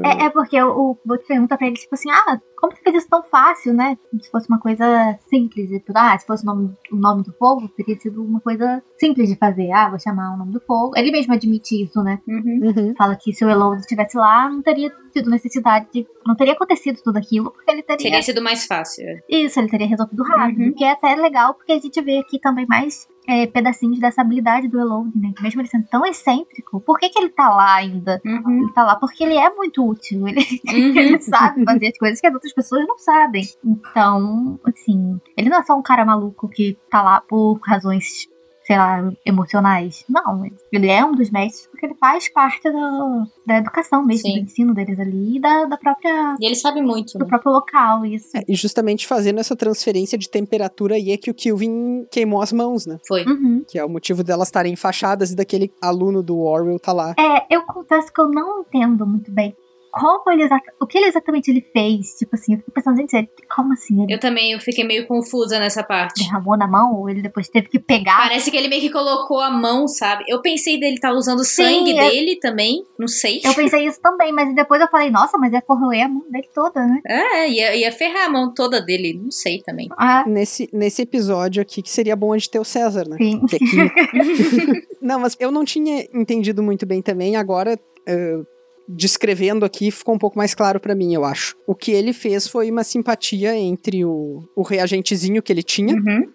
Speaker 1: Mas-
Speaker 3: É, é porque o Boto pergunta pra ele, tipo assim, ah, como você fez isso tão fácil, né? Como se fosse uma coisa simples. e tudo. Ah, se fosse o nome, o nome do fogo, teria sido uma coisa simples de fazer. Ah, vou chamar o nome do fogo. Ele mesmo admite isso, né?
Speaker 2: Uhum.
Speaker 1: Uhum.
Speaker 3: Fala que se o Elon estivesse lá, não teria tido necessidade de... Não teria acontecido tudo aquilo, porque ele teria...
Speaker 2: Teria sido mais fácil. é.
Speaker 3: Isso, ele teria resolvido rápido.
Speaker 2: Uhum.
Speaker 3: Que é até legal, porque a gente vê aqui também mais... é, pedacinhos dessa habilidade do Elon, né? Que mesmo ele sendo tão excêntrico, por que, que ele tá lá ainda?
Speaker 2: Uhum.
Speaker 3: Ele tá lá porque ele é muito útil. Ele
Speaker 2: Uhum. [LAUGHS]
Speaker 3: ele [LAUGHS] sabe fazer as coisas que as outras pessoas não sabem. Então, assim, ele não é só um cara maluco que tá lá por razões, sei lá, emocionais. Não, ele é um dos mestres porque ele faz parte do- da educação mesmo,
Speaker 2: Sim.
Speaker 3: do ensino deles ali e da, da própria,
Speaker 2: E ele sabe muito.
Speaker 3: do
Speaker 2: Né?
Speaker 3: próprio local, isso.
Speaker 1: É, e justamente fazendo essa transferência de temperatura aí é que o Kilvin queimou as mãos, né?
Speaker 2: Foi.
Speaker 3: Uhum.
Speaker 1: Que é o motivo delas estarem fachadas e daquele aluno do Orwell tá lá.
Speaker 3: É, eu confesso que eu não entendo muito bem como ele exata- o que ele exatamente ele fez. Tipo assim, eu fico pensando, gente, ele- como assim? Ele
Speaker 2: Eu também eu fiquei meio confusa nessa parte.
Speaker 3: derramou na mão ou ele depois teve que pegar?
Speaker 2: Parece que ele meio que colocou a mão, sabe? Eu pensei dele estar usando sangue
Speaker 3: eu-
Speaker 2: dele também, não sei.
Speaker 3: Eu pensei isso também, mas depois eu falei, nossa, mas ia corroer a mão dele toda, né?
Speaker 2: É, ia, ia ferrar a mão toda dele, não sei também.
Speaker 3: Ah,
Speaker 1: Nesse, nesse episódio aqui, que seria bom a gente ter o César, né?
Speaker 3: sim.
Speaker 1: Que
Speaker 2: [LAUGHS]
Speaker 1: aqui- não, mas eu não tinha entendido muito bem também, agora. eh, Descrevendo aqui, ficou um pouco mais claro pra mim, eu acho. O que ele fez foi uma simpatia entre o, o reagentezinho que ele tinha
Speaker 2: Uhum.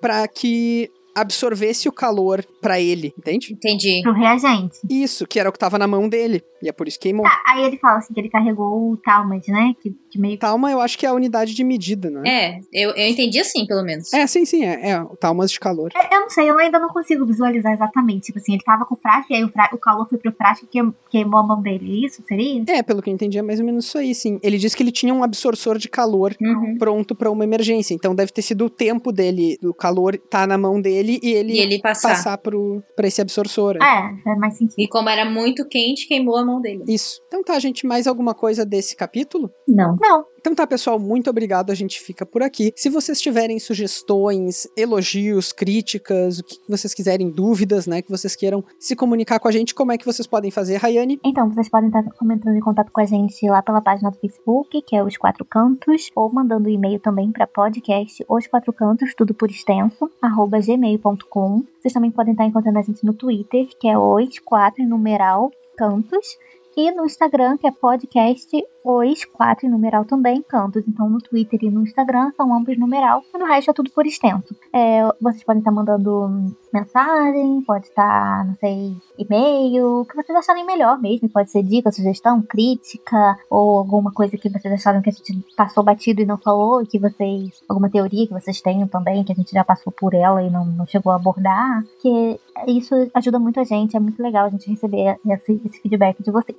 Speaker 1: pra que absorvesse o calor pra ele, entende?
Speaker 2: Entendi.
Speaker 3: Pro reagente.
Speaker 1: Isso, que era o que tava na mão dele. E é por isso que queimou.
Speaker 3: Tá, aí ele fala assim que ele carregou o Talmud, né? Que, que meio que.
Speaker 1: Talma, eu acho que é a unidade de medida, né?
Speaker 2: É, eu, eu entendi assim, pelo menos.
Speaker 1: É, sim, sim, é. é o Talmas de calor.
Speaker 3: É, Eu não sei, eu ainda não consigo visualizar exatamente. Tipo assim, ele tava com o frasco, e aí o, fra- o calor foi pro frasco e queim- queimou a mão dele. Isso seria?
Speaker 1: É, pelo que eu entendi, é mais ou menos isso aí, sim. Ele disse que ele tinha um absorção de calor
Speaker 2: Uhum.
Speaker 1: pronto pra uma emergência. Então deve ter sido o tempo dele, o calor tá na mão dele e ele,
Speaker 2: E ele passar.
Speaker 1: passar pro, pra esse absorção. né?
Speaker 3: É, faz mais sentido.
Speaker 2: E como era muito quente, queimou a mão dele.
Speaker 1: Isso. Então tá, gente, mais alguma coisa desse capítulo?
Speaker 2: Não.
Speaker 3: Não,
Speaker 1: Então tá, pessoal, muito obrigado. A gente fica por aqui. Se vocês tiverem sugestões, elogios, críticas, o que vocês quiserem, dúvidas, né, que vocês queiram se comunicar com a gente, como é que vocês podem fazer, Rayane?
Speaker 3: Então, vocês podem estar entrando em contato com a gente lá pela página do Facebook, que é Os Quatro Cantos, ou mandando um e-mail também para podcast Os Quatro Cantos, tudo por extenso, arroba gmail.com. Vocês também podem estar encontrando a gente no Twitter, que é os quatro em numeral cantos, e no Instagram, que é podcast os quatro em numeral também cantos. Então, no Twitter e no Instagram são ambos numeral, e no resto é tudo por extenso. É, vocês podem estar mandando mensagem, pode estar, não sei, e-mail, o que vocês acharem melhor mesmo. Pode ser dica, sugestão, crítica, ou alguma coisa que vocês acharam que a gente passou batido e não falou, e que vocês. alguma teoria que vocês tenham também, que a gente já passou por ela e não, não chegou a abordar. Que isso ajuda muito a gente, é muito legal a gente receber esse, esse feedback de vocês.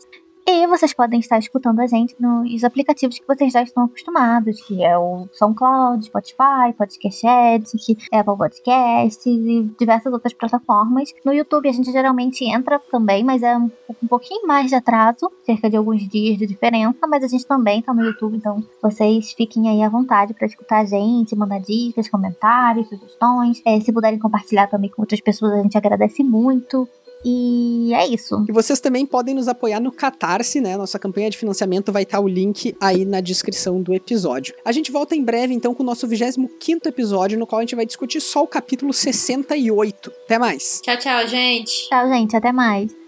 Speaker 3: E vocês podem estar escutando a gente nos aplicativos que vocês já estão acostumados, que é o SoundCloud, Spotify, Podcast Edit, Apple Podcasts e diversas outras plataformas. No YouTube a gente geralmente entra também, mas é um, um pouquinho mais de atraso, cerca de alguns dias de diferença, mas a gente também está no YouTube, então vocês fiquem aí à vontade para escutar a gente, mandar dicas, comentários, sugestões. É, se puderem compartilhar também com outras pessoas, a gente agradece muito. E é isso.
Speaker 1: E vocês também podem nos apoiar no Catarse, né? Nossa campanha de financiamento vai estar o link aí na descrição do episódio. A gente volta em breve, então, com o nosso 25 episódio, no qual a gente vai discutir só o capítulo 68. Até mais.
Speaker 2: Tchau, tchau, gente.
Speaker 3: Tchau, gente. Até mais.